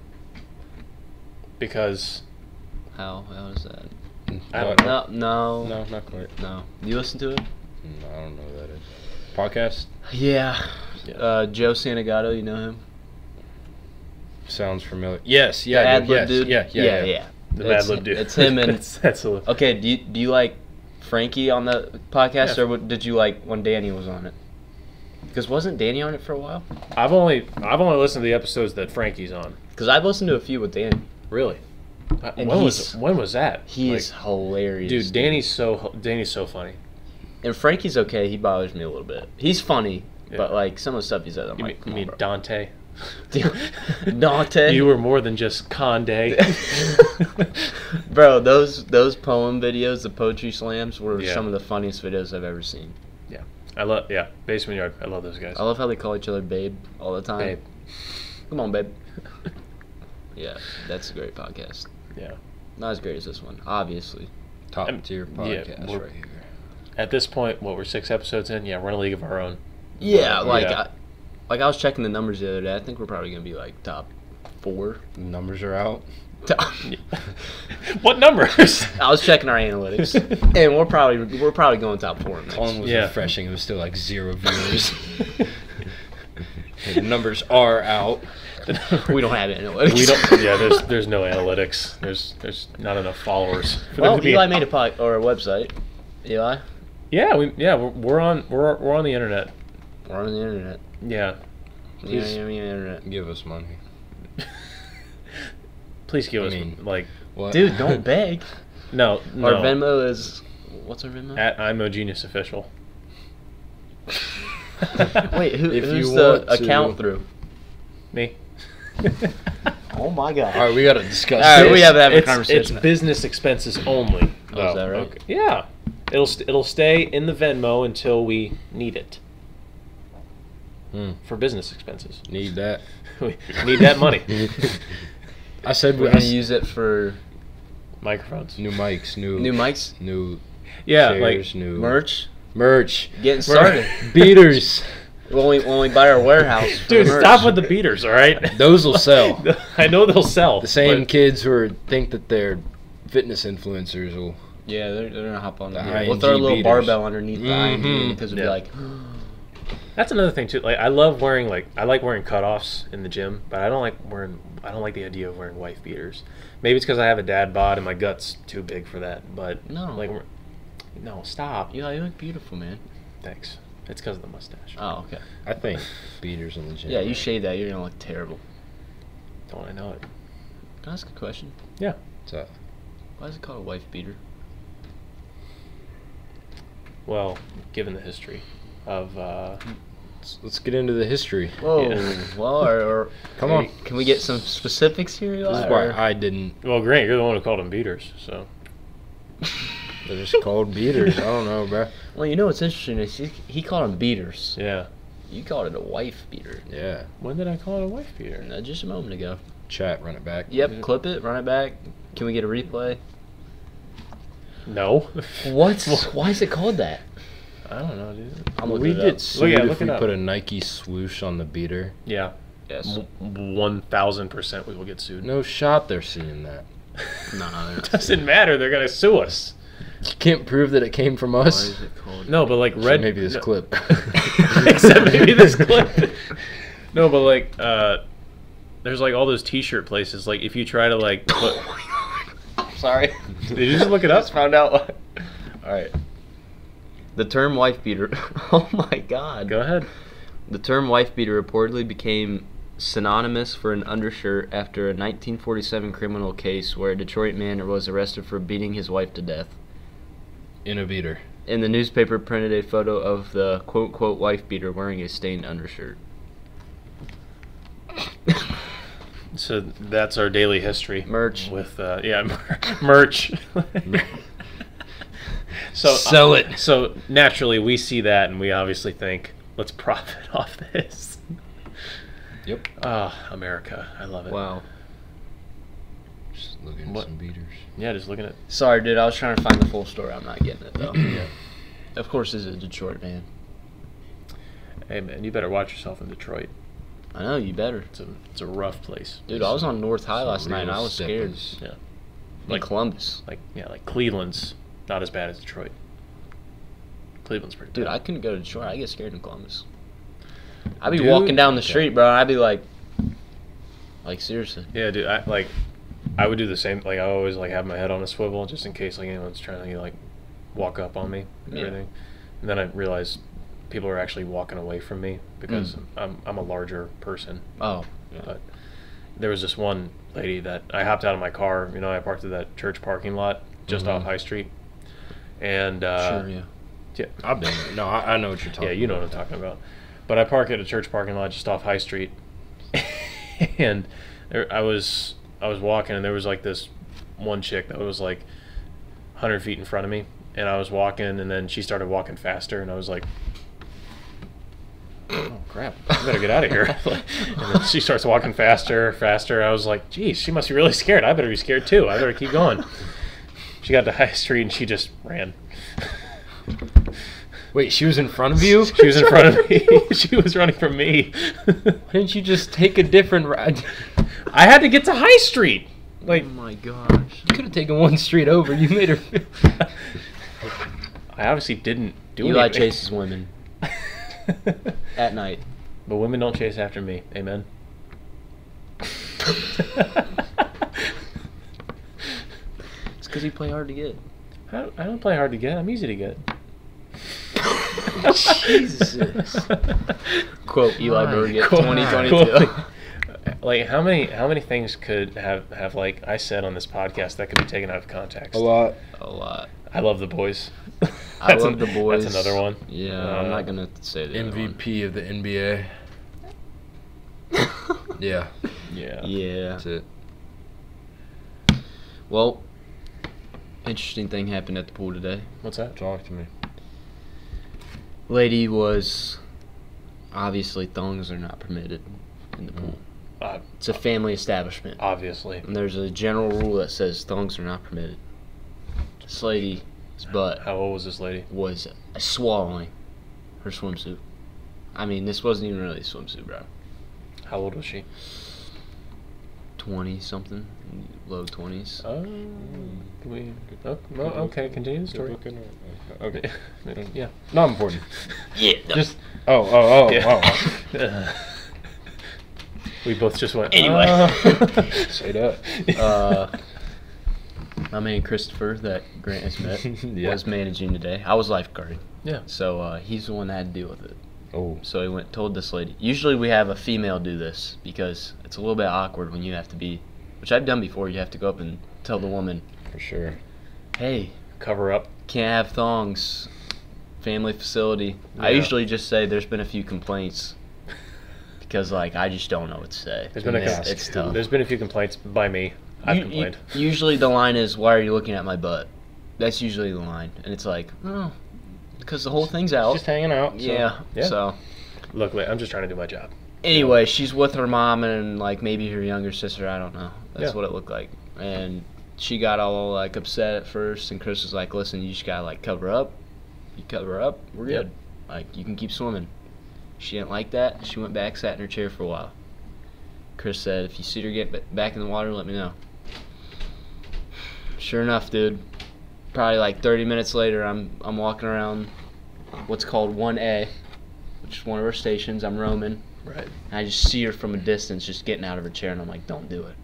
Speaker 2: because
Speaker 4: How? How is that?
Speaker 2: I
Speaker 3: What?
Speaker 2: don't know.
Speaker 4: No, no, no.
Speaker 3: No, not quite.
Speaker 4: You listen to it?
Speaker 3: Mm, I don't know who that is. Podcast
Speaker 4: Yeah.
Speaker 2: Yeah.
Speaker 4: Uh, Joe Santagato, you know him?
Speaker 3: sounds familiar. Yes, yeah, I
Speaker 4: Ad
Speaker 3: do.
Speaker 4: lib
Speaker 3: yes,
Speaker 4: dude.
Speaker 3: yeah, yeah, yeah.
Speaker 2: the
Speaker 4: It's-
Speaker 2: Mad Lib dude.
Speaker 4: it's him and-
Speaker 2: that's, that's a,
Speaker 4: Okay, do you, do you like Frankie on the podcast,
Speaker 2: Yeah.
Speaker 4: or what, did you like when Danny was on it? Because wasn't Danny on it for a while?
Speaker 2: I've only I've only listened to the episodes that Frankie's on.
Speaker 4: Because I've listened to a few with Danny.
Speaker 2: Really?
Speaker 4: Uh, And
Speaker 2: when was
Speaker 4: he's-
Speaker 2: when was that?
Speaker 4: He is
Speaker 2: Like,
Speaker 4: hilarious.
Speaker 2: dude. Danny's so Danny's so funny.
Speaker 4: And Frankie's okay. He bothers me a little bit. He's funny,
Speaker 2: Yeah.
Speaker 4: but like some of the stuff he says, I'm
Speaker 2: You mean,
Speaker 4: like,
Speaker 2: you
Speaker 4: come
Speaker 2: mean
Speaker 4: on, bro.
Speaker 2: Dante?
Speaker 4: Dante.
Speaker 2: You were more than just Conde.
Speaker 4: Bro, those those poem videos, the poetry slams, were
Speaker 2: Yeah.
Speaker 4: some of the funniest videos I've ever seen.
Speaker 2: I love yeah basement yard. I love those guys.
Speaker 4: I love how they call each other babe all the time.
Speaker 2: Babe.
Speaker 4: Come on, babe. yeah, that's a great podcast.
Speaker 2: Yeah.
Speaker 4: Not as great as this one, obviously.
Speaker 3: Top
Speaker 2: I'm-
Speaker 3: tier
Speaker 2: yeah,
Speaker 3: podcast
Speaker 2: we're-
Speaker 3: right here.
Speaker 2: At this point, what we're six episodes in, yeah, we're in a league of our own.
Speaker 4: Yeah,
Speaker 2: Right,
Speaker 4: like
Speaker 2: yeah.
Speaker 4: I, like I was checking the numbers the other day. I think we're probably gonna be like top four.
Speaker 3: Numbers are out.
Speaker 4: Top-
Speaker 2: What numbers?
Speaker 4: I was checking our analytics, and we're probably we're probably going top four. in this.
Speaker 3: Colin was
Speaker 2: Yeah.
Speaker 3: refreshing. It was still like zero viewers. Okay, the numbers are out.
Speaker 4: We don't have analytics.
Speaker 2: We don't. Yeah, there's there's no analytics. There's there's not enough followers. for there
Speaker 4: well,
Speaker 2: to be-
Speaker 4: Eli made a pod or a website. Eli,
Speaker 2: Yeah, we yeah we're, we're on we're we're on the internet.
Speaker 4: we're on the internet.
Speaker 2: Yeah,
Speaker 4: Yeah,
Speaker 2: Please.
Speaker 4: yeah, yeah, internet.
Speaker 3: Give us money.
Speaker 2: please give
Speaker 3: I
Speaker 2: us
Speaker 3: mean-
Speaker 2: like
Speaker 3: What?
Speaker 4: Dude, don't beg.
Speaker 2: no no.
Speaker 4: Our Venmo is what's our Venmo?
Speaker 2: At I'm a genius official.
Speaker 4: Wait, who,
Speaker 3: If you
Speaker 4: who's the
Speaker 3: want to-
Speaker 4: account through?
Speaker 2: Me.
Speaker 4: Oh my god.
Speaker 3: All right, we gotta discuss.
Speaker 4: All right,
Speaker 3: this.
Speaker 4: we have to have a
Speaker 2: it's,
Speaker 4: conversation.
Speaker 2: It's business expenses only.
Speaker 4: Oh, is that right?
Speaker 2: Yeah, it'll st- it'll stay in the Venmo until we need it
Speaker 3: Hmm.
Speaker 2: for business expenses.
Speaker 3: Need that.
Speaker 2: we need that money.
Speaker 3: I said we
Speaker 4: We're
Speaker 3: I
Speaker 4: gonna
Speaker 3: s-
Speaker 4: use it for
Speaker 2: Microphones.
Speaker 3: new mics, new
Speaker 4: new mics,
Speaker 3: new
Speaker 2: Yeah,
Speaker 3: chairs, new
Speaker 4: merch,
Speaker 3: merch,
Speaker 4: getting started.
Speaker 3: beaters.
Speaker 4: when we when we buy our warehouse,
Speaker 2: like
Speaker 4: for
Speaker 2: dude,
Speaker 4: merch.
Speaker 2: stop with the beaters. All right.
Speaker 3: Those will sell.
Speaker 2: I know they'll sell.
Speaker 3: The same
Speaker 2: but-
Speaker 3: kids who are, think that they're fitness influencers will.
Speaker 4: Yeah, they're, they're gonna hop on
Speaker 3: The
Speaker 4: that.
Speaker 3: IMG
Speaker 4: We'll throw a little
Speaker 3: beaters.
Speaker 4: barbell underneath the
Speaker 3: Mhm.
Speaker 4: IMG because we'll
Speaker 2: Yeah.
Speaker 4: be like,
Speaker 2: That's another thing too. Like I love wearing like I like wearing cutoffs in the gym, but I don't like wearing I don't like the idea of wearing wife beaters. Maybe it's because I have a dad bod and my guts too big for that. But
Speaker 4: No.
Speaker 2: like we're- no, stop.
Speaker 4: Eli, you look beautiful, man.
Speaker 2: Thanks. It's because of the mustache.
Speaker 4: Oh, okay.
Speaker 3: I think beaters in the gym.
Speaker 4: Yeah, you shave that, you're gonna look terrible.
Speaker 2: Don't I know it?
Speaker 4: Can I ask a question?
Speaker 3: It's a-
Speaker 4: Why is it called a wife beater?
Speaker 2: Well, given the history of uh,
Speaker 3: let's, let's get into the history.
Speaker 4: Whoa, well, or, or
Speaker 3: Come on.
Speaker 4: can we get some specifics here, Eli?
Speaker 3: This is why
Speaker 4: or-
Speaker 3: I didn't.
Speaker 2: well, Grant, you're the one who called them beaters. So
Speaker 3: They're just called beaters. I don't know, bro.
Speaker 4: well, you know what's interesting is he, he called them beaters.
Speaker 2: yeah.
Speaker 4: You called it a wife beater.
Speaker 3: Yeah.
Speaker 2: When did I call it a wife beater?
Speaker 4: No, just a moment ago. Mm-hmm.
Speaker 3: Chat, run it back.
Speaker 4: Yep, clip it, run it back. Can we get a replay?
Speaker 2: No.
Speaker 4: What? Why is it called that?
Speaker 2: I don't know, dude.
Speaker 4: I'm
Speaker 2: We
Speaker 4: looking it
Speaker 2: did
Speaker 4: up.
Speaker 2: s-
Speaker 3: So
Speaker 2: yeah, look
Speaker 3: if we
Speaker 2: it up.
Speaker 3: put a Nike swoosh on the beater,
Speaker 2: Yeah.
Speaker 4: Yes.
Speaker 2: W- 1000% we will get sued.
Speaker 3: no shot they're seeing that.
Speaker 4: No,
Speaker 2: It doesn't matter. They're going to sue us.
Speaker 3: You can't prove that it came from
Speaker 4: why
Speaker 3: us.
Speaker 4: is it called?
Speaker 2: No, but like
Speaker 3: So
Speaker 2: red.
Speaker 3: maybe this
Speaker 2: no-
Speaker 3: clip.
Speaker 2: except maybe this clip. No, but like, uh, there's like all those T-shirt places. Like, if you try to like, put,
Speaker 4: Sorry.
Speaker 2: did you just look it up?
Speaker 4: Just found out. All right. The term wife beater. Oh my god.
Speaker 2: Go ahead.
Speaker 4: The term wife beater reportedly became synonymous for an undershirt after a 1947 criminal case where a Detroit man was arrested for beating his wife to death.
Speaker 3: In a beater.
Speaker 4: And the newspaper printed a photo of the quote quote wife beater wearing a stained undershirt.
Speaker 2: So that's our daily history.
Speaker 4: Merch.
Speaker 2: with uh, yeah, mer- merch. so
Speaker 3: Sell it.
Speaker 2: So naturally, we see that, and we obviously think, let's profit off this.
Speaker 3: Yep.
Speaker 2: Ah, America, I love it.
Speaker 4: Wow.
Speaker 3: Just looking at
Speaker 2: What?
Speaker 3: some beaters.
Speaker 2: Yeah, just looking at
Speaker 4: Sorry, dude. I was trying to find the full story. I'm not getting it though. yeah. Of course, this is a Detroit man.
Speaker 2: Hey man, you better watch yourself in Detroit.
Speaker 4: I know you better,
Speaker 2: It's a it's a rough place.
Speaker 4: dude. I was on North High last night. and I was scared.
Speaker 3: scared.
Speaker 2: Yeah,
Speaker 4: Like Columbus,
Speaker 2: like yeah, like Cleveland's not as bad as Detroit. Cleveland's pretty
Speaker 4: dude.
Speaker 2: bad.
Speaker 4: I couldn't go to Detroit. I get scared in Columbus. I'd be
Speaker 2: Dude.
Speaker 4: walking down the street, bro. And I'd be like, like seriously.
Speaker 2: yeah, dude. I like I would do the same. Like I always like have my head on a swivel just in case like anyone's trying to like walk up on me and
Speaker 4: Yeah.
Speaker 2: everything. And then I realized people are actually walking away from me because
Speaker 4: Mm.
Speaker 2: I'm I'm a larger person.
Speaker 4: Oh,
Speaker 2: But there was this one lady that I hopped out of my car. You know, I parked at that church parking lot just off High Street, and uh,
Speaker 4: Mm-hmm. sure, yeah.
Speaker 3: I've been there. No, I, I know what you're talking
Speaker 2: yeah, you know what I'm talking about. But I park at a church parking lot just off High Street, and there, I was I was walking, and there was like this one chick that was like 100 feet in front of me, and I was walking, and then she started walking faster, and I was like, "Oh crap, I better get out of here." and then she starts walking faster, faster. I was like, "Geez, she must be really scared. I better be scared too. I better keep going." She got to High Street and she just ran.
Speaker 3: Wait, she was in front of you?
Speaker 2: She was in front of me. she was running from me.
Speaker 3: Why didn't you just take a different ride?
Speaker 2: I had to get to High Street. Like
Speaker 4: Oh my gosh.
Speaker 3: You could have taken one street over. You made her feel.
Speaker 2: I obviously didn't do
Speaker 4: Eli
Speaker 2: anything.
Speaker 4: chases women
Speaker 2: but
Speaker 4: at night.
Speaker 2: women don't chase after me. Amen.
Speaker 4: It's because you play hard to get.
Speaker 2: I don't, I don't play hard to get. I'm easy to get.
Speaker 4: Jesus. Quote Eli
Speaker 3: My
Speaker 4: Burgett,
Speaker 3: God.
Speaker 4: 2022.
Speaker 2: like how many how many things could have have like I said on this podcast that could be taken out of context?
Speaker 3: lot.
Speaker 4: A lot.
Speaker 2: I love the boys.
Speaker 4: I
Speaker 2: That's
Speaker 4: love
Speaker 2: an-
Speaker 4: the boys.
Speaker 2: That's another one.
Speaker 4: Yeah,
Speaker 2: Uh,
Speaker 4: I'm not gonna say the other one.
Speaker 3: MVP of the NBA. Yeah,
Speaker 2: Yeah.
Speaker 4: yeah.
Speaker 3: that's it.
Speaker 4: Well, interesting thing happened at the pool today.
Speaker 2: What's that?
Speaker 3: Talk to me.
Speaker 4: Lady was obviously thongs are not permitted in the pool.
Speaker 2: Uh,
Speaker 4: It's a family establishment.
Speaker 2: obviously.
Speaker 4: And there's a general rule that says thongs are not permitted. This lady's butt
Speaker 2: How old was this lady?
Speaker 4: was swallowing her swimsuit. I mean, this wasn't even really a swimsuit, bro.
Speaker 2: How old was she?
Speaker 4: 20 something, low 20s.
Speaker 2: Oh,
Speaker 4: Hmm.
Speaker 2: we. Oh, no, okay, continue the story.
Speaker 3: Okay.
Speaker 2: Yeah.
Speaker 3: Not important.
Speaker 4: Yeah.
Speaker 3: Just. Oh, oh, oh, oh.
Speaker 2: Yeah. we both just went.
Speaker 4: Anyway.
Speaker 2: "Ah."
Speaker 3: Straight up.
Speaker 4: uh, my man Christopher that Grant has met
Speaker 3: Yeah.
Speaker 4: was managing today. I was lifeguarding.
Speaker 2: Yeah.
Speaker 4: So uh, he's the one that had to deal with it.
Speaker 3: Oh.
Speaker 4: So he went told this lady. Usually we have a female do this because it's a little bit awkward when you have to be, which I've done before. You have to go up and tell the woman,
Speaker 3: For sure.
Speaker 4: "Hey,
Speaker 2: Cover up.
Speaker 4: can't have thongs, family facility." I
Speaker 2: Yeah.
Speaker 4: usually just say there's been a few complaints because like I just don't know what to say.
Speaker 2: There's been a.
Speaker 3: Yeah,
Speaker 2: com-
Speaker 4: it's tough.
Speaker 2: There's been a few complaints by me. I've
Speaker 4: You- you-
Speaker 2: complained.
Speaker 4: usually the line is, "Why are you looking at my butt?" That's usually the line, and it's like, "Oh, because the whole thing's out."
Speaker 3: Just hanging out. so-
Speaker 4: yeah,
Speaker 2: Yeah.
Speaker 4: So
Speaker 2: Luckily, I'm just trying to do my job.
Speaker 4: anyway, she's with her mom and like maybe her younger sister. I don't know. That's
Speaker 2: Yeah.
Speaker 4: what it looked like, and she got all like upset at first, and Chris was like, "Listen, you just gotta like cover up. You cover up, we're
Speaker 2: Yep.
Speaker 4: good. Like you can keep swimming." She didn't like that. She went back, sat in her chair for a while. Chris said, "If you see her get ba- back in the water, let me know." Sure enough, dude. Probably like 30 minutes later, I'm I'm walking around what's called 1A, which is one of our stations. I'm roaming.
Speaker 2: Right.
Speaker 4: And I just see her from a distance, just getting out of her chair, and I'm like, "Don't do it."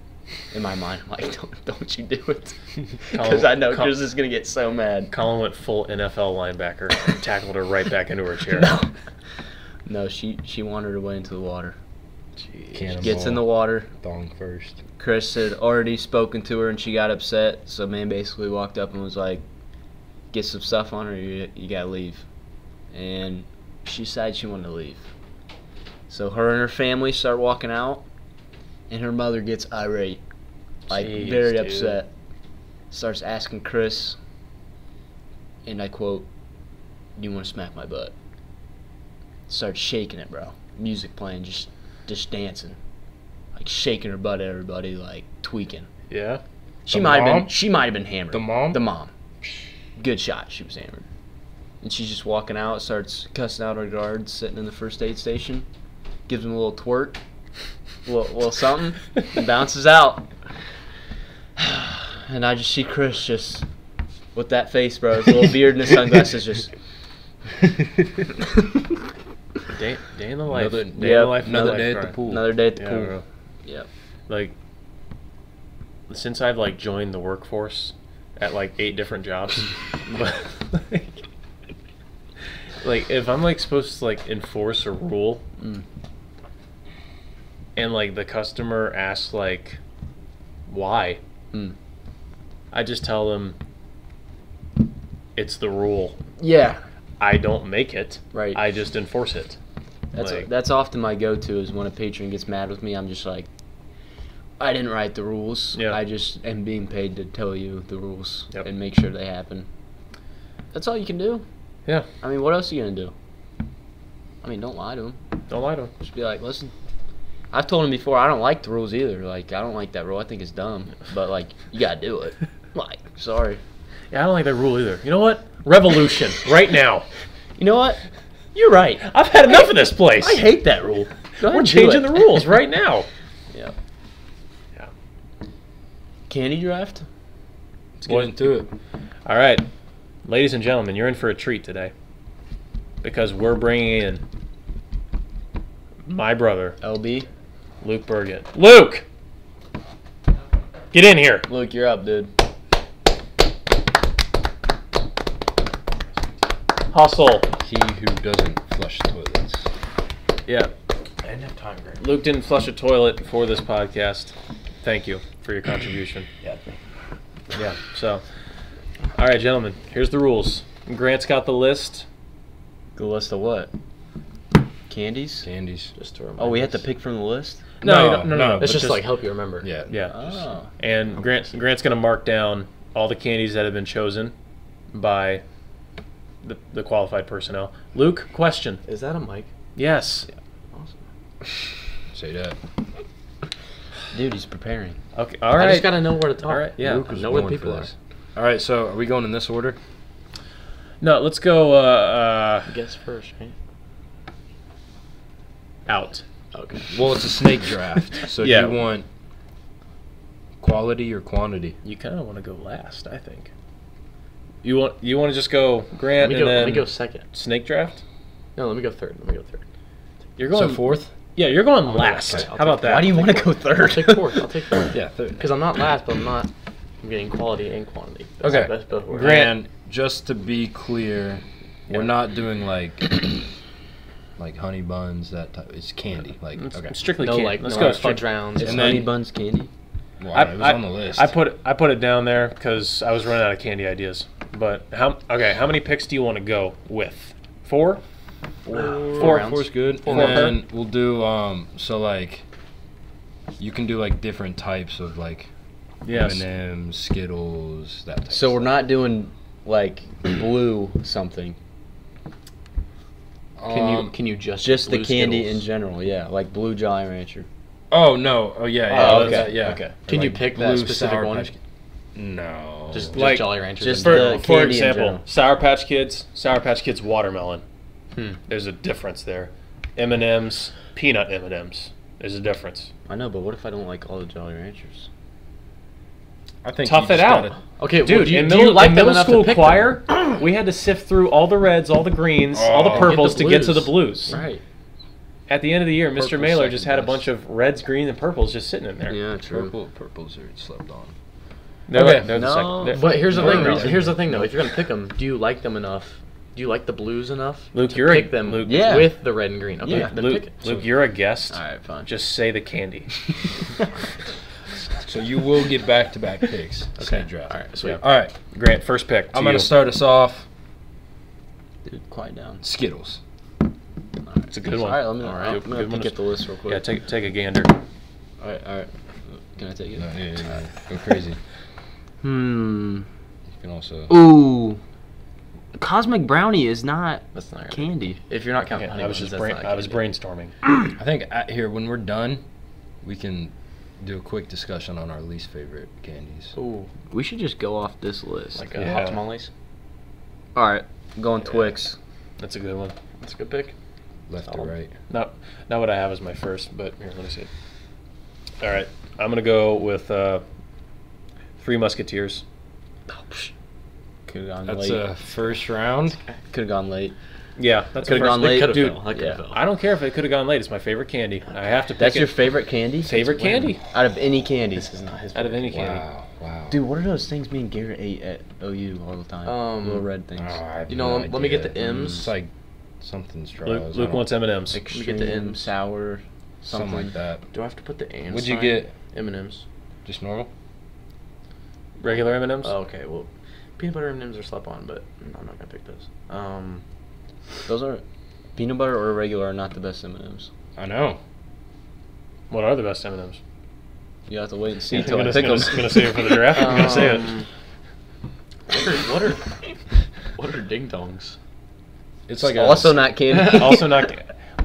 Speaker 4: In my mind, I'm like, "Don't, don't you do it," because I know
Speaker 2: Col-
Speaker 4: Chris is gonna get so mad.
Speaker 2: Colin went full NFL linebacker and tackled her right back into her chair.
Speaker 4: No, no, she she wandered away into the water.
Speaker 3: Cannonball.
Speaker 4: Gets in the water.
Speaker 3: Thong first.
Speaker 4: Chris had already spoken to her, and she got upset. So man basically walked up and was like, "Get some stuff on her. You you gotta leave." And she decided she wanted to leave. So her and her family start walking out, and her mother gets irate. like
Speaker 2: Jeez,
Speaker 4: very
Speaker 2: dude.
Speaker 4: upset. Starts asking Chris, and I quote, "You want to smack my butt?" Starts shaking it, bro. Music playing, just just dancing, like shaking her butt at everybody, like tweaking.
Speaker 2: Yeah.
Speaker 4: She
Speaker 3: The
Speaker 4: might have been
Speaker 3: mom?
Speaker 4: she might have been hammered.
Speaker 3: The mom?
Speaker 4: The mom. Good shot. She was hammered. And she's just walking out, starts cussing out her guards sitting in the first aid station, gives them a little twerk, a little, little something, and bounces out. And I just see Chris just with that face, bro, his little beard and his sunglasses, just
Speaker 2: Day, day in the life.
Speaker 3: Another-
Speaker 2: day in
Speaker 4: yeah,
Speaker 2: the life. of a
Speaker 3: another day at
Speaker 2: lifeguard.
Speaker 3: the pool.
Speaker 4: another day at the
Speaker 2: Yeah,
Speaker 4: pool.
Speaker 2: bro.
Speaker 4: Yep.
Speaker 2: Like, since I've like joined the workforce at like eight different jobs, but like, like, if I'm like supposed to like enforce a rule,
Speaker 4: Mm.
Speaker 2: and like the customer asks like, why,
Speaker 4: Mm.
Speaker 2: I just tell them, it's the rule.
Speaker 4: Yeah.
Speaker 2: I don't make it.
Speaker 4: Right.
Speaker 2: I just enforce it.
Speaker 4: That's
Speaker 2: Like-
Speaker 4: that's often my go-to is when a patron gets mad with me. I'm just like, I didn't write the rules.
Speaker 2: Yeah.
Speaker 4: I just am being paid to tell you the rules
Speaker 2: Yep.
Speaker 4: and make sure they happen. That's all you can do.
Speaker 2: Yeah.
Speaker 4: I mean, what else are you gonna do? I mean, don't lie to him.
Speaker 2: Don't lie to them.
Speaker 4: Just be like, listen. I've told him before I don't like the rules either. Like I don't like that rule. I think it's dumb. But like you gotta do it. Like sorry.
Speaker 2: Yeah, I don't like that rule either. You know what? Revolution right now.
Speaker 4: You know what? You're right.
Speaker 2: I've had enough of this place.
Speaker 4: I hate that rule. Go ahead
Speaker 2: We're
Speaker 4: and do
Speaker 2: changing
Speaker 4: it.
Speaker 2: the rules right now.
Speaker 4: yeah.
Speaker 2: Yeah.
Speaker 4: Candy draft.
Speaker 3: Let's
Speaker 2: What-
Speaker 3: get into it.
Speaker 2: All right, ladies and gentlemen, you're in for a treat today because we're bringing in my brother,
Speaker 4: LB.
Speaker 2: Luke Bergen. Luke, get in here.
Speaker 4: Luke, you're up, dude.
Speaker 2: Hustle.
Speaker 3: He who doesn't flush toilets.
Speaker 2: Yeah. I didn't have time. Luke didn't flush a toilet for this podcast. Thank you for your contribution.
Speaker 3: Yeah.
Speaker 2: Yeah. So, all right, gentlemen, here's the rules. Grant's got the list.
Speaker 4: The list of what? Candies?
Speaker 3: Candies.
Speaker 2: Just to remind
Speaker 4: Oh, we have to
Speaker 2: us.
Speaker 4: pick from the list?
Speaker 2: No,
Speaker 3: No,
Speaker 2: you don't- no, no,
Speaker 3: no,
Speaker 2: no.
Speaker 3: but
Speaker 5: It's just, like help you remember.
Speaker 3: Yeah.
Speaker 2: yeah.
Speaker 4: Oh.
Speaker 2: And Grant Grant's gonna mark down all the candies that have been chosen by the, the qualified personnel. Luke, question.
Speaker 5: Is that a mic?
Speaker 2: Yes.
Speaker 3: Say that.
Speaker 4: Dude, he's preparing.
Speaker 2: Okay. All
Speaker 5: I
Speaker 2: right.
Speaker 5: just gotta know where to talk.
Speaker 2: All right, yeah.
Speaker 3: Luke was
Speaker 5: know where the
Speaker 3: born for
Speaker 5: people are.
Speaker 3: this. All right, so are we going in this order?
Speaker 2: No, let's go uh,
Speaker 5: Guess first, right?
Speaker 2: uh, out.
Speaker 5: Okay.
Speaker 3: Well, it's a snake draft. So
Speaker 2: Yeah.
Speaker 3: do you want quality or quantity?
Speaker 2: You kind of want to go last, I think. You want you want to just go Grant
Speaker 5: Let me,
Speaker 2: and
Speaker 5: go,
Speaker 2: then
Speaker 5: let me go second.
Speaker 2: snake draft.
Speaker 5: No, let me go third. Let me go third.
Speaker 2: You're going
Speaker 3: so fourth?
Speaker 2: Yeah, you're going
Speaker 5: go
Speaker 2: last.
Speaker 5: last.
Speaker 2: How
Speaker 5: Okay, I'll
Speaker 2: about that?
Speaker 4: Why do you want to go
Speaker 5: I'll
Speaker 4: third?
Speaker 5: take fourth. I'll take fourth.
Speaker 3: Yeah, third.
Speaker 5: Because I'm not last, but I'm not. I'm getting quality and quantity. That's,
Speaker 3: Okay.
Speaker 5: That's both words.
Speaker 2: Grant.
Speaker 3: And just to be clear,
Speaker 2: Yeah.
Speaker 3: we're not doing like like honey buns. That type. it's candy. Like
Speaker 2: It's
Speaker 3: okay.
Speaker 2: strictly
Speaker 5: No,
Speaker 2: can't.
Speaker 5: like,
Speaker 2: Let's
Speaker 5: no
Speaker 2: go.
Speaker 5: fudge
Speaker 2: Strict.
Speaker 5: rounds.
Speaker 4: Is
Speaker 3: And
Speaker 4: honey
Speaker 3: then-
Speaker 4: buns candy?
Speaker 3: Well,
Speaker 2: I,
Speaker 3: it was
Speaker 2: I-
Speaker 3: on the list.
Speaker 2: I put I put it down there because I was running out of candy ideas. But how okay? How many picks do you want to go with? Four.
Speaker 3: four.
Speaker 2: four
Speaker 5: rounds.
Speaker 3: Four's good.
Speaker 5: Four
Speaker 3: and
Speaker 5: rounds.
Speaker 3: then we'll do um. So like, you can do like different types of like
Speaker 2: Yes.
Speaker 3: M&M's, Skittles, that. Type
Speaker 4: So
Speaker 3: of
Speaker 4: we're not doing like blue something.
Speaker 3: stuff.
Speaker 5: Can you
Speaker 3: Um,
Speaker 5: can you just
Speaker 4: Just the
Speaker 5: blue
Speaker 4: candy
Speaker 5: Skittles?
Speaker 4: in general, yeah. Like blue Jolly Rancher.
Speaker 3: Oh no! Oh yeah. yeah
Speaker 5: Oh,
Speaker 3: that's-
Speaker 5: okay,
Speaker 3: Yeah.
Speaker 4: okay.
Speaker 3: Or,
Speaker 5: Can you
Speaker 3: like,
Speaker 5: pick that
Speaker 3: blue
Speaker 5: specific
Speaker 3: Sour
Speaker 5: one?
Speaker 3: Patch- No.
Speaker 4: Just, just
Speaker 2: Like,
Speaker 4: Jolly Ranchers.
Speaker 5: just
Speaker 4: in
Speaker 2: For,
Speaker 4: general.
Speaker 5: the
Speaker 2: for
Speaker 5: candy in
Speaker 2: example,
Speaker 5: general.
Speaker 2: Sour Patch Kids, Sour Patch Kids watermelon.
Speaker 4: Hmm.
Speaker 2: There's a difference there. M and M's, peanut M and M's. There's a difference.
Speaker 5: I know, but what if I don't like all the Jolly Ranchers?
Speaker 3: I think
Speaker 2: Tough
Speaker 3: you
Speaker 2: it
Speaker 3: just
Speaker 2: out,
Speaker 3: gotta-
Speaker 4: okay, well,
Speaker 2: dude.
Speaker 4: do you,
Speaker 2: in
Speaker 4: do
Speaker 2: middle,
Speaker 4: you like
Speaker 2: in
Speaker 4: them
Speaker 2: middle
Speaker 4: enough to
Speaker 2: school
Speaker 4: pick them?
Speaker 2: choir, we had to sift through all the reds, all the greens, all
Speaker 3: Oh.
Speaker 2: the
Speaker 3: Get the
Speaker 2: purples to get to the
Speaker 4: blues.
Speaker 2: blues.
Speaker 4: Right.
Speaker 2: At the end of the year, Mr.
Speaker 3: Purple
Speaker 2: Mailer
Speaker 3: second
Speaker 2: just had a
Speaker 3: best.
Speaker 2: bunch of reds, greens, and purples just sitting in there.
Speaker 5: Yeah,
Speaker 3: Purple, purples are slept on.
Speaker 2: They're
Speaker 3: Okay.
Speaker 2: like- they're the
Speaker 4: No,
Speaker 2: second- they're-
Speaker 4: but here's the
Speaker 2: they're
Speaker 4: thing.
Speaker 2: the
Speaker 4: Though.
Speaker 2: reason.
Speaker 4: Here's the thing, though. If you're gonna pick them, do you like them enough? Do you like the blues enough
Speaker 2: Luke,
Speaker 4: to
Speaker 2: you're a-
Speaker 4: pick them
Speaker 2: Luke-
Speaker 5: Yeah.
Speaker 4: with the red and green? Okay,
Speaker 5: Yeah.
Speaker 4: then
Speaker 2: Luke,
Speaker 4: pick it.
Speaker 2: Luke, you're a guest.
Speaker 5: All right, fine.
Speaker 2: Just say the candy.
Speaker 3: So you will get back to back picks.
Speaker 4: Okay.
Speaker 3: Snake draft.
Speaker 4: All right, sweet.
Speaker 3: All right.
Speaker 2: Grant, first pick.
Speaker 3: I'm gonna start us off.
Speaker 5: Dude, quiet down.
Speaker 3: Skittles.
Speaker 2: It's a good
Speaker 5: All
Speaker 2: one.
Speaker 5: right, let me. All
Speaker 4: All
Speaker 5: right,
Speaker 4: right,
Speaker 5: I'm gonna
Speaker 2: good one
Speaker 5: peek
Speaker 2: is-
Speaker 5: at the list real quick.
Speaker 2: Yeah, take take a gander.
Speaker 5: all right, all right. Can I take it?
Speaker 3: No, yeah, yeah, yeah. Go crazy. You
Speaker 5: Hmm.
Speaker 3: can also.
Speaker 5: Ooh. Cosmic brownie is not
Speaker 4: That's not right.
Speaker 5: candy.
Speaker 4: If you're not counting,
Speaker 2: Yeah,
Speaker 4: honey
Speaker 2: I was
Speaker 4: buns,
Speaker 2: just
Speaker 4: that's
Speaker 2: brain,
Speaker 4: not
Speaker 2: I was
Speaker 4: candy.
Speaker 2: brainstorming.
Speaker 3: I think at, here when we're done, we can do a quick discussion on our least favorite candies.
Speaker 4: Ooh,
Speaker 5: We should just go off this list.
Speaker 4: like uh,
Speaker 2: Yeah.
Speaker 4: hot tamales.
Speaker 5: all right, going Twix.
Speaker 2: That's a good one.
Speaker 4: That's a good pick.
Speaker 3: Left to
Speaker 4: Solid.
Speaker 3: right.
Speaker 2: Not not what I have as my first, but here, let me see. All right, I'm gonna go with uh, Three Musketeers.
Speaker 5: Could have gone
Speaker 3: That's
Speaker 5: late.
Speaker 2: uh,
Speaker 3: a first round.
Speaker 5: Could have gone late.
Speaker 2: Yeah, that's
Speaker 5: Could
Speaker 2: the
Speaker 5: have gone
Speaker 2: first.
Speaker 5: late,
Speaker 4: could've
Speaker 5: dude.
Speaker 4: fell. That could've
Speaker 5: yeah.
Speaker 4: fell.
Speaker 2: I don't care if it could have gone late. It's my favorite candy. I have to pick
Speaker 5: That's
Speaker 2: it.
Speaker 5: your favorite candy?
Speaker 2: favorite candy
Speaker 5: Out of any candy. This is not
Speaker 2: out of any candy.
Speaker 3: Wow. Wow.
Speaker 5: Dude, what are those things me and Garrett ate at OU all the time?
Speaker 4: Um,
Speaker 5: Little red
Speaker 3: Oh,
Speaker 5: things.
Speaker 3: I
Speaker 2: uh,
Speaker 3: have
Speaker 4: You know,
Speaker 3: no
Speaker 4: lem- let me get
Speaker 3: idea.
Speaker 4: the M's.
Speaker 3: It's like something's straws. I
Speaker 2: Luke, Luke
Speaker 3: don't-
Speaker 2: wants M and M's.
Speaker 5: Extreme
Speaker 4: get the M.
Speaker 5: sour. Something,
Speaker 3: something like that.
Speaker 4: Do I have to put the and?
Speaker 3: What'd you
Speaker 4: sign?
Speaker 3: get?
Speaker 4: M and M's.
Speaker 3: Just normal.
Speaker 2: Regular M and M's.
Speaker 4: Oh, okay, well, peanut butter M and M's are slept on, but I'm not gonna pick those. Um,
Speaker 5: Those are peanut butter or regular are not the best M&Ms.
Speaker 3: I know.
Speaker 2: What are the best M and M's?
Speaker 5: You have to wait and see
Speaker 2: I'm
Speaker 5: until I
Speaker 2: gonna,
Speaker 5: pick
Speaker 2: gonna-
Speaker 5: 'em.
Speaker 2: gonna save it for the draft. I'm gonna say it.
Speaker 4: um, What are what Oh, are ding dongs?
Speaker 3: It's like a-
Speaker 5: also not candy.
Speaker 2: also not.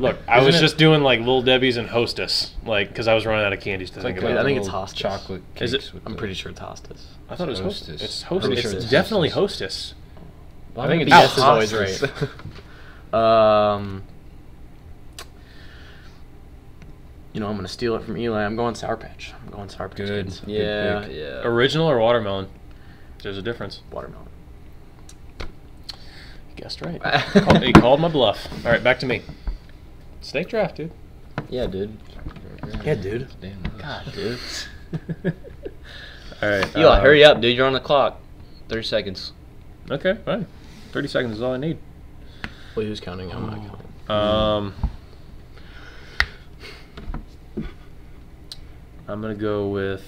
Speaker 2: Look, I was
Speaker 3: Isn't it-
Speaker 2: just doing like Little Debbie's and Hostess, like because I was running out of candies to think
Speaker 3: like
Speaker 2: about.
Speaker 4: I think
Speaker 3: little
Speaker 4: it's Hostess.
Speaker 3: Chocolate
Speaker 2: Is
Speaker 3: cakes
Speaker 2: it-
Speaker 3: with
Speaker 4: I'm
Speaker 3: the-
Speaker 4: pretty sure it's Hostas.
Speaker 2: I thought it was Hostess.
Speaker 3: Hostess.
Speaker 2: It's
Speaker 3: I'm
Speaker 2: Hostess.
Speaker 3: pretty
Speaker 2: It's,
Speaker 3: sure it's
Speaker 2: definitely Hostess. I think it's
Speaker 4: BS is always
Speaker 3: Hostess.
Speaker 4: right. um, you know, I'm gonna steal it from Eli. I'm going Sour Patch. I'm going Sour Patch.
Speaker 3: Good.
Speaker 4: Kids.
Speaker 5: yeah,
Speaker 3: Good pick.
Speaker 5: yeah.
Speaker 2: Original or watermelon? There's a difference.
Speaker 4: Watermelon.
Speaker 2: Guessed right. Called- he called my bluff. All right, back to me. Snake draft, dude.
Speaker 5: yeah, dude.
Speaker 4: Yeah, dude.
Speaker 3: Damn.
Speaker 5: God, dude.
Speaker 2: All right. um,
Speaker 5: Eli, hurry up, dude. You're on the clock. 30 seconds.
Speaker 2: Okay, fine. Thirty seconds is all I need.
Speaker 4: Wait, who's counting? I'm not counting.
Speaker 2: Um, I'm gonna go with.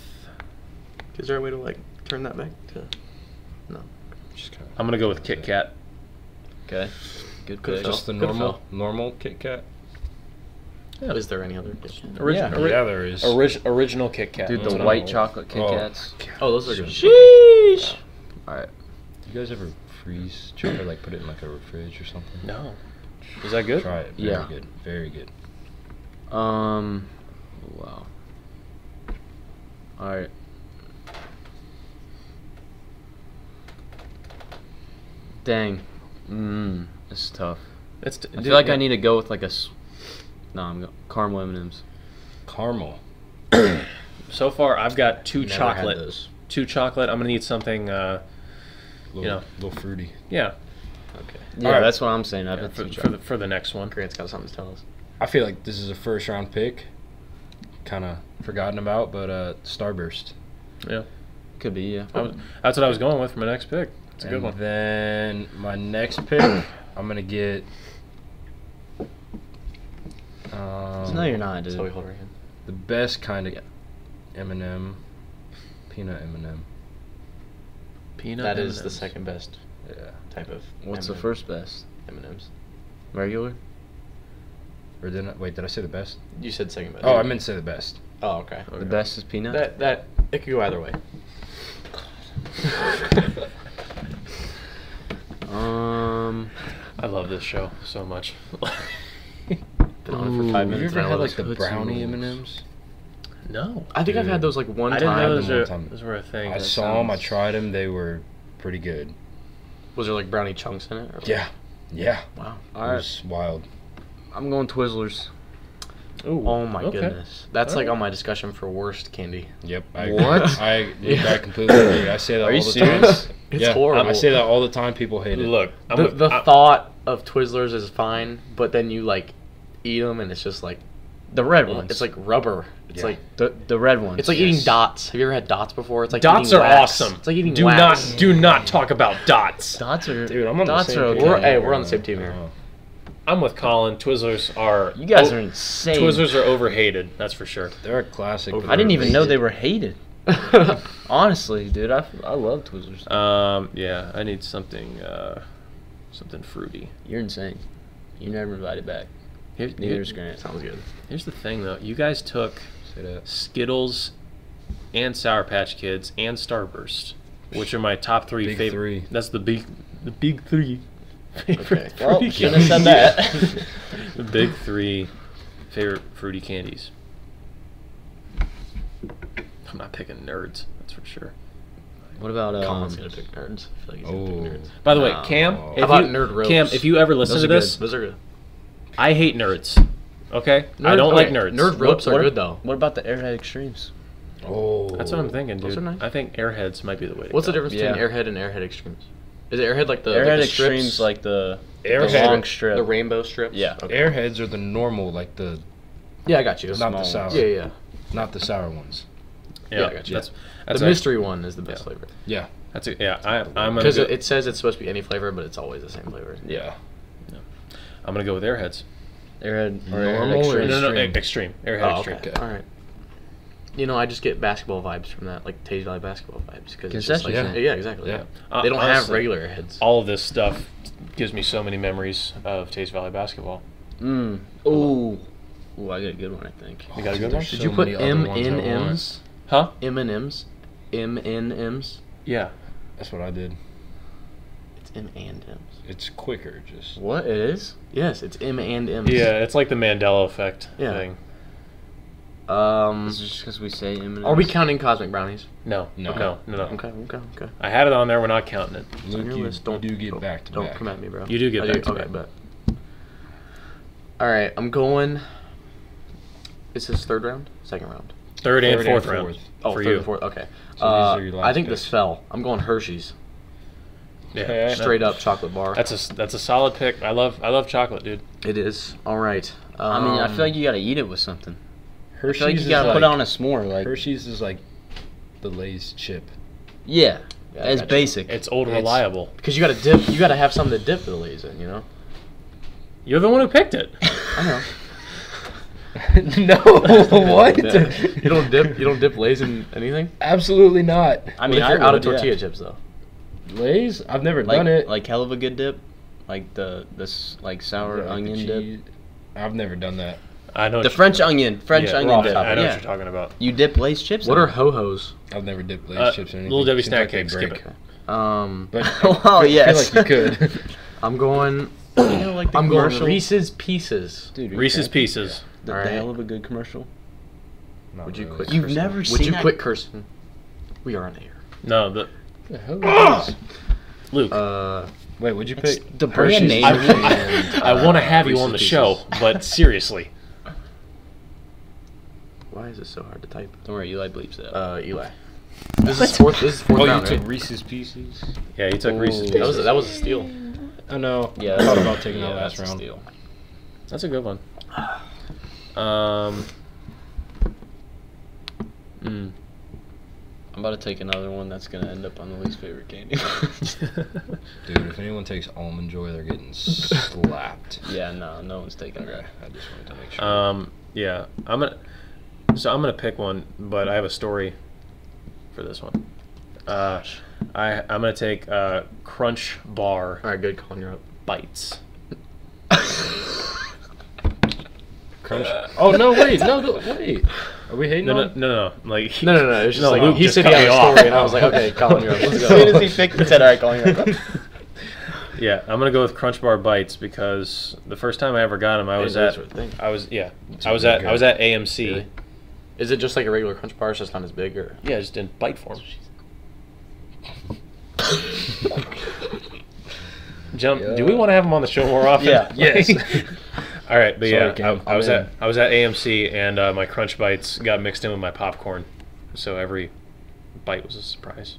Speaker 4: Is there a way to like turn that back to?
Speaker 3: Just kinda-
Speaker 2: I'm gonna go with Kit Kat.
Speaker 5: Okay. Good
Speaker 4: Good
Speaker 5: pick.
Speaker 4: fell.
Speaker 3: Just the
Speaker 4: Good
Speaker 3: normal,
Speaker 4: fell.
Speaker 3: normal Kit Kat.
Speaker 4: Is there any other? question?
Speaker 2: Origi-
Speaker 5: Yeah.
Speaker 2: ori-
Speaker 3: there is.
Speaker 2: orig- original Kit Kat.
Speaker 5: Dude,
Speaker 2: That's
Speaker 5: the
Speaker 2: what I'm
Speaker 5: white
Speaker 2: going
Speaker 5: chocolate Kit
Speaker 3: Oh.
Speaker 5: Kats.
Speaker 4: Oh, those are
Speaker 3: So-
Speaker 4: good.
Speaker 5: Sheesh.
Speaker 4: Uh,
Speaker 5: All right.
Speaker 3: You guys ever freeze chocolate, like put it in like a fridge or something?
Speaker 2: with. No. Is that good?
Speaker 3: Try it. Very
Speaker 5: Yeah.
Speaker 3: good. Very good.
Speaker 5: Um. Wow. All right. Dang. Mmm. This is tough.
Speaker 2: It's t-
Speaker 5: I feel like I need to go with like a. s- No, I'm go- caramel M&Ms.
Speaker 3: Caramel.
Speaker 2: So far, I've got two
Speaker 3: Never had
Speaker 2: chocolate.
Speaker 3: those.
Speaker 2: Two chocolate. I'm gonna need something. Uh,
Speaker 3: Little,
Speaker 2: Yeah.
Speaker 3: little fruity.
Speaker 2: yeah,
Speaker 5: Yeah,
Speaker 3: Alright.
Speaker 5: that's what I'm saying. I've
Speaker 2: yeah,
Speaker 5: had
Speaker 2: for,
Speaker 5: two
Speaker 2: for the
Speaker 5: chocolate.
Speaker 2: for the next one.
Speaker 4: Grant's got something to tell us.
Speaker 3: I feel like this is a first round pick. Kind of forgotten about, but uh, Starburst.
Speaker 2: Yeah,
Speaker 5: Could be yeah.
Speaker 2: I was- that's what I was going with for my next pick. It's a good
Speaker 3: And
Speaker 2: one.
Speaker 3: Then my next pick, I'm gonna get. Um,
Speaker 5: no, you're not, dude.
Speaker 4: So we hold our hand.
Speaker 3: The best kind of M&M, peanut M&M.
Speaker 2: Peanut.
Speaker 4: That is the
Speaker 2: M&Ms.
Speaker 4: second best
Speaker 3: Yeah.
Speaker 4: type of.
Speaker 5: What's the
Speaker 4: M&M.
Speaker 5: first best?
Speaker 4: M&Ms?
Speaker 5: Regular.
Speaker 3: Or did I, wait? Did I say the best?
Speaker 4: You said second best.
Speaker 3: Oh, I meant to say the best.
Speaker 4: Oh, okay.
Speaker 5: The best is peanut.
Speaker 4: That that it could go either way.
Speaker 5: Um.
Speaker 2: I love this show so much.
Speaker 4: Been on it for five
Speaker 3: Have
Speaker 5: Ooh.
Speaker 3: you
Speaker 4: minutes.
Speaker 3: ever
Speaker 4: and I
Speaker 3: had
Speaker 4: love
Speaker 3: like
Speaker 4: it.
Speaker 3: the
Speaker 5: Tootsie
Speaker 3: brownie
Speaker 5: Rolls.
Speaker 3: M&Ms?
Speaker 2: No.
Speaker 4: I think I've had
Speaker 3: Dude.
Speaker 4: those like one
Speaker 2: I didn't
Speaker 4: time.
Speaker 2: know
Speaker 3: them
Speaker 2: those,
Speaker 3: one
Speaker 2: are,
Speaker 3: time.
Speaker 2: those were a thing.
Speaker 3: I
Speaker 2: That
Speaker 3: saw them. I
Speaker 2: sounds-
Speaker 3: tried them. They were pretty good.
Speaker 4: Was there like brownie chunks in it? Or
Speaker 3: Yeah. Yeah.
Speaker 4: Wow.
Speaker 3: It
Speaker 4: All right.
Speaker 3: was wild.
Speaker 4: I'm going Twizzlers.
Speaker 2: Ooh,
Speaker 4: Oh my
Speaker 2: okay.
Speaker 4: goodness. That's like
Speaker 2: Alright.
Speaker 4: on my discussion for worst candy.
Speaker 3: Yep. I
Speaker 4: What?
Speaker 3: I, dude, I completely agree. I say that
Speaker 4: Are
Speaker 3: all
Speaker 4: you
Speaker 3: the
Speaker 4: serious?
Speaker 3: time.
Speaker 4: It's
Speaker 3: yeah,
Speaker 4: horrible.
Speaker 3: I say that all the time. People hate it.
Speaker 2: Look, I'm
Speaker 4: the
Speaker 2: a-
Speaker 4: the
Speaker 2: I-
Speaker 4: thought of Twizzlers is fine, but then you like eat them and it's just like the red
Speaker 2: ones.
Speaker 4: It's like rubber. It's
Speaker 3: Yeah.
Speaker 4: like
Speaker 5: The the red one.
Speaker 4: it's like
Speaker 3: Yes.
Speaker 4: eating dots. Have you ever had dots before? It's like
Speaker 2: dots
Speaker 4: eating
Speaker 2: are
Speaker 4: wax.
Speaker 2: awesome.
Speaker 4: It's like eating
Speaker 2: do
Speaker 4: wax.
Speaker 2: not do not talk about dots.
Speaker 5: dots are.
Speaker 3: dude, I'm on
Speaker 4: Dots
Speaker 3: the
Speaker 4: are
Speaker 3: same.
Speaker 4: okay.
Speaker 3: page.
Speaker 4: We're- hey, we're on the same team here.
Speaker 3: Uh-huh.
Speaker 2: I'm with Colin. Twizzlers are
Speaker 4: You guys
Speaker 2: oh,
Speaker 4: are insane.
Speaker 2: Twizzlers are overhated. That's for sure.
Speaker 3: They're a classic. but
Speaker 5: I didn't
Speaker 3: they're
Speaker 5: even know
Speaker 3: rated.
Speaker 5: they were hated. Honestly, dude, I, I love Twizzlers.
Speaker 2: Um, yeah, I need something uh, something fruity.
Speaker 5: You're insane. You never invited back.
Speaker 2: Here,
Speaker 5: Neither
Speaker 2: here-
Speaker 5: is Grant.
Speaker 4: Sounds good.
Speaker 2: here's the thing though. You guys took
Speaker 3: Say that.
Speaker 2: Skittles and Sour Patch Kids and Starburst, which are my top three
Speaker 3: Big
Speaker 2: favorite.
Speaker 3: three.
Speaker 2: That's the big the big three.
Speaker 4: Okay.
Speaker 2: Favorite
Speaker 5: Well,
Speaker 2: fruity
Speaker 5: shouldn't have said
Speaker 2: candies.
Speaker 5: that.
Speaker 2: The big three favorite fruity candies. I'm not picking nerds, that's for sure.
Speaker 5: What about
Speaker 4: Colin's
Speaker 5: um?
Speaker 4: gonna pick nerds. I feel like he's
Speaker 3: Oh,
Speaker 4: gonna pick nerds.
Speaker 2: By the way,
Speaker 3: No.
Speaker 2: Cam,
Speaker 3: How
Speaker 2: if
Speaker 4: about
Speaker 2: you,
Speaker 4: nerd ropes?
Speaker 2: Cam, if you ever listen
Speaker 4: Those
Speaker 2: to
Speaker 4: are good.
Speaker 2: this,
Speaker 4: Those are good.
Speaker 2: I hate nerds. Okay, I
Speaker 4: Nerd-
Speaker 2: don't like
Speaker 4: okay,
Speaker 2: nerds.
Speaker 4: Nerd ropes are good though.
Speaker 5: What about the Airhead Extremes?
Speaker 3: Oh,
Speaker 2: That's what I'm thinking, dude.
Speaker 4: Those are nice.
Speaker 2: I think Airheads might be the way. To
Speaker 4: What's
Speaker 2: go.
Speaker 4: the difference
Speaker 5: Yeah.
Speaker 4: between Airhead and Airhead Extremes? Is it Airhead like the like
Speaker 5: Airhead
Speaker 4: the strips?
Speaker 5: Extremes, like the
Speaker 3: Airhead-
Speaker 5: the long strip.
Speaker 4: the rainbow strips?
Speaker 5: Yeah.
Speaker 4: Okay.
Speaker 3: Airheads are the normal, like the
Speaker 4: Yeah, I got you.
Speaker 3: not the
Speaker 5: Small
Speaker 3: sour,
Speaker 4: Yeah, yeah.
Speaker 3: not the sour ones.
Speaker 2: Yeah,
Speaker 4: Yeah, I got you.
Speaker 2: that's,
Speaker 4: The
Speaker 2: that's a-
Speaker 4: mystery one is the best flavor
Speaker 3: Yeah,
Speaker 2: That's a, yeah. I, I'm gonna
Speaker 4: because
Speaker 2: go,
Speaker 4: it, it says it's supposed to be any flavor, but it's always the same flavor.
Speaker 3: yeah.
Speaker 2: I'm gonna go with Airheads.
Speaker 5: Airhead or
Speaker 3: Normal or
Speaker 5: Airhead
Speaker 2: No,
Speaker 5: Extremes.
Speaker 2: no, no,
Speaker 3: Extreme.
Speaker 2: e- extreme. Airhead
Speaker 4: Oh,
Speaker 2: extreme.
Speaker 4: okay. All right. You know, I just get basketball vibes from that, like Taste Valley basketball vibes, because
Speaker 5: Concessions,
Speaker 4: yeah.
Speaker 3: yeah.
Speaker 4: yeah, exactly.
Speaker 3: Yeah.
Speaker 2: Uh,
Speaker 4: they don't have
Speaker 2: honestly,
Speaker 4: regular heads.
Speaker 2: All of this stuff gives me so many memories of Taste Valley baskoool.
Speaker 5: Mm. Ooh. Ooh, I got a good one, I think.
Speaker 2: You got a
Speaker 3: Dude,
Speaker 2: good one?
Speaker 3: Oh, there's
Speaker 4: Did
Speaker 3: so
Speaker 4: you put
Speaker 3: many other
Speaker 4: M
Speaker 3: ones I
Speaker 4: in
Speaker 3: want.
Speaker 4: M's,
Speaker 2: Huh?
Speaker 4: M and M's, M and M's?
Speaker 2: Yeah.
Speaker 3: That's what I did.
Speaker 4: It's M and M's.
Speaker 3: It's quicker, just.
Speaker 5: What? It is?
Speaker 4: Yes, it's M and M's.
Speaker 2: Yeah, it's like the Mandela effect
Speaker 4: Yeah.
Speaker 2: thing.
Speaker 4: Um,
Speaker 5: Is it just because we say M and
Speaker 4: are we counting cosmic brownies?
Speaker 2: No, no,
Speaker 3: No.
Speaker 2: no, no.
Speaker 4: Okay, okay, okay.
Speaker 2: I had it on there. We're not counting it.
Speaker 4: It's on
Speaker 3: Luke,
Speaker 4: your
Speaker 3: you,
Speaker 4: list. Don't
Speaker 3: you do get
Speaker 4: don't-
Speaker 3: back to
Speaker 4: Don't
Speaker 3: back.
Speaker 4: come at me, bro.
Speaker 2: You do get
Speaker 4: I
Speaker 2: back to
Speaker 4: okay,
Speaker 2: back.
Speaker 4: bet. All right, I'm going. Is this third round? Second round?
Speaker 2: Third, and
Speaker 3: Third
Speaker 2: fourth round
Speaker 4: Oh,
Speaker 2: for
Speaker 4: third
Speaker 2: you.
Speaker 4: and fourth. Okay.
Speaker 3: So
Speaker 4: uh,
Speaker 3: these are your
Speaker 4: I
Speaker 3: last
Speaker 4: think this
Speaker 3: picks.
Speaker 4: fell. I'm going Hershey's.
Speaker 2: Yeah.
Speaker 3: Okay.
Speaker 4: Straight up chocolate bar.
Speaker 2: That's a s- that's a solid pick. I love I love chocolate, dude.
Speaker 4: it is. All right. Um,
Speaker 5: I mean, I feel like you gotta eat it with something. I
Speaker 3: Hershey's
Speaker 5: feel like you
Speaker 3: is
Speaker 5: gotta
Speaker 3: like,
Speaker 5: put on a s'more. Like,
Speaker 3: Hershey's is like the Lay's chip.
Speaker 5: yeah,
Speaker 4: I
Speaker 5: it's
Speaker 4: gotcha.
Speaker 5: basic.
Speaker 2: It's old
Speaker 3: It's-
Speaker 2: reliable.
Speaker 4: because you gotta dip. You gotta have something to dip the Lay's in. You know.
Speaker 2: You're the one who picked it.
Speaker 4: I know.
Speaker 3: no, what?
Speaker 4: you don't dip. You don't dip Lay's in anything.
Speaker 3: Absolutely not.
Speaker 5: I mean,
Speaker 4: if you're
Speaker 5: I
Speaker 4: out of
Speaker 5: would, yeah.
Speaker 4: tortilla chips though.
Speaker 3: Lay's? I've never
Speaker 5: like,
Speaker 3: done it.
Speaker 5: like hell of a good dip, like the this like sour
Speaker 3: Like the
Speaker 5: onion dip,
Speaker 3: cheese- I've never done that.
Speaker 2: I know.
Speaker 5: the French onion, French
Speaker 2: yeah,
Speaker 5: onion
Speaker 2: raw
Speaker 5: dip.
Speaker 2: top. I know what
Speaker 5: yeah,
Speaker 2: you're talking about.
Speaker 5: you dip Lay's chips.
Speaker 4: What
Speaker 5: in
Speaker 4: are
Speaker 5: it.
Speaker 4: ho hos?
Speaker 3: I've never dipped Lay's
Speaker 2: Uh,
Speaker 3: chips in anything.
Speaker 2: Little Debbie
Speaker 3: Seems
Speaker 2: snack
Speaker 3: like they
Speaker 2: cake. Skip
Speaker 3: break.
Speaker 2: it.
Speaker 4: Um,
Speaker 3: But
Speaker 5: Oh,
Speaker 3: yeah,
Speaker 5: yes.
Speaker 3: I feel like you could.
Speaker 4: I'm going. I'm going
Speaker 5: commercial.
Speaker 4: Reese's Pieces.
Speaker 5: Dude, are you
Speaker 2: Reese's
Speaker 5: crazy?
Speaker 2: Pieces.
Speaker 5: The
Speaker 4: All
Speaker 5: the
Speaker 4: right.
Speaker 5: hell of a good commercial.
Speaker 3: Not
Speaker 4: Would you
Speaker 3: really.
Speaker 4: quit?
Speaker 5: You've
Speaker 4: cursing?
Speaker 5: never
Speaker 4: Would
Speaker 5: seen
Speaker 4: you
Speaker 5: that-
Speaker 4: quit cursing? We are on air.
Speaker 2: No, the
Speaker 3: The hell is this?
Speaker 2: Luke.
Speaker 4: Uh,
Speaker 3: Wait, would you
Speaker 5: It's
Speaker 3: pick?
Speaker 5: the brand
Speaker 3: Hershey's?
Speaker 5: name.
Speaker 2: I,
Speaker 5: and,
Speaker 2: want to
Speaker 5: uh,
Speaker 2: have you
Speaker 5: Reese's
Speaker 2: on the
Speaker 5: Pieces.
Speaker 2: show, but seriously,
Speaker 4: why is it so hard to type?
Speaker 5: Don't worry, Eli bleeps it.
Speaker 4: Uh, Eli. This is fourth. This is fourth
Speaker 3: Oh, you
Speaker 4: round.
Speaker 3: took
Speaker 4: right?
Speaker 3: Reese's Pieces.
Speaker 2: yeah, you took Reese's
Speaker 5: Ooh.
Speaker 4: That was
Speaker 2: Pieces.
Speaker 4: that was a steal.
Speaker 3: I know.
Speaker 5: yeah,
Speaker 3: I thought
Speaker 5: that's-
Speaker 3: about taking
Speaker 5: yeah,
Speaker 3: that last
Speaker 5: that's a
Speaker 3: round.
Speaker 5: steal.
Speaker 2: That's a good one. Um. mm.
Speaker 5: I'm about to take another one that's gonna end up on the least favorite candy.
Speaker 3: Dude, if anyone takes almond joy, they're getting slapped.
Speaker 5: yeah, no, no one's taking
Speaker 3: Okay,
Speaker 5: that.
Speaker 3: I just wanted to make sure.
Speaker 2: um. Yeah, I'm gonna. So I'm gonna pick one, but I have a story for this one. Uh, I I'm gonna take uh, Crunch Bar
Speaker 4: All right, good. Calling you up.
Speaker 2: bites.
Speaker 3: Crunch. oh no! Wait, no, no, wait. Are we hating
Speaker 2: No, no,
Speaker 3: on?
Speaker 2: no, no. Like
Speaker 4: No, no, no. It was just
Speaker 2: No,
Speaker 4: like
Speaker 2: Luke
Speaker 4: he
Speaker 2: just
Speaker 4: said he
Speaker 2: cut
Speaker 4: had
Speaker 2: me
Speaker 4: a
Speaker 2: off.
Speaker 4: story, and I was like, okay, Colin, you're up. Let's
Speaker 5: As
Speaker 4: go.
Speaker 5: soon as he picked, he said, "All right, calling you up."
Speaker 2: Yeah, I'm gonna go with Crunch Bar Bites because the first time I ever got them, I was
Speaker 4: those
Speaker 2: at
Speaker 4: were a thing.
Speaker 2: I was yeah,
Speaker 3: It's
Speaker 2: I was
Speaker 3: really
Speaker 2: at I
Speaker 3: good.
Speaker 2: was at AMC,
Speaker 4: Really? Is it just like a regular Crunch Bar? It's just not as big, or
Speaker 2: Yeah, I just didn't bite for him. Jump. Do we
Speaker 3: Yeah.
Speaker 2: want to have him on the show more often?
Speaker 5: Yeah.
Speaker 3: Yes.
Speaker 2: All right, but
Speaker 3: Sorry,
Speaker 2: yeah,
Speaker 3: Cam.
Speaker 2: I, I was
Speaker 3: I'm
Speaker 2: at I was at AMC and uh, my crunch bites got mixed in with my popcorn, so every bite was a surprise.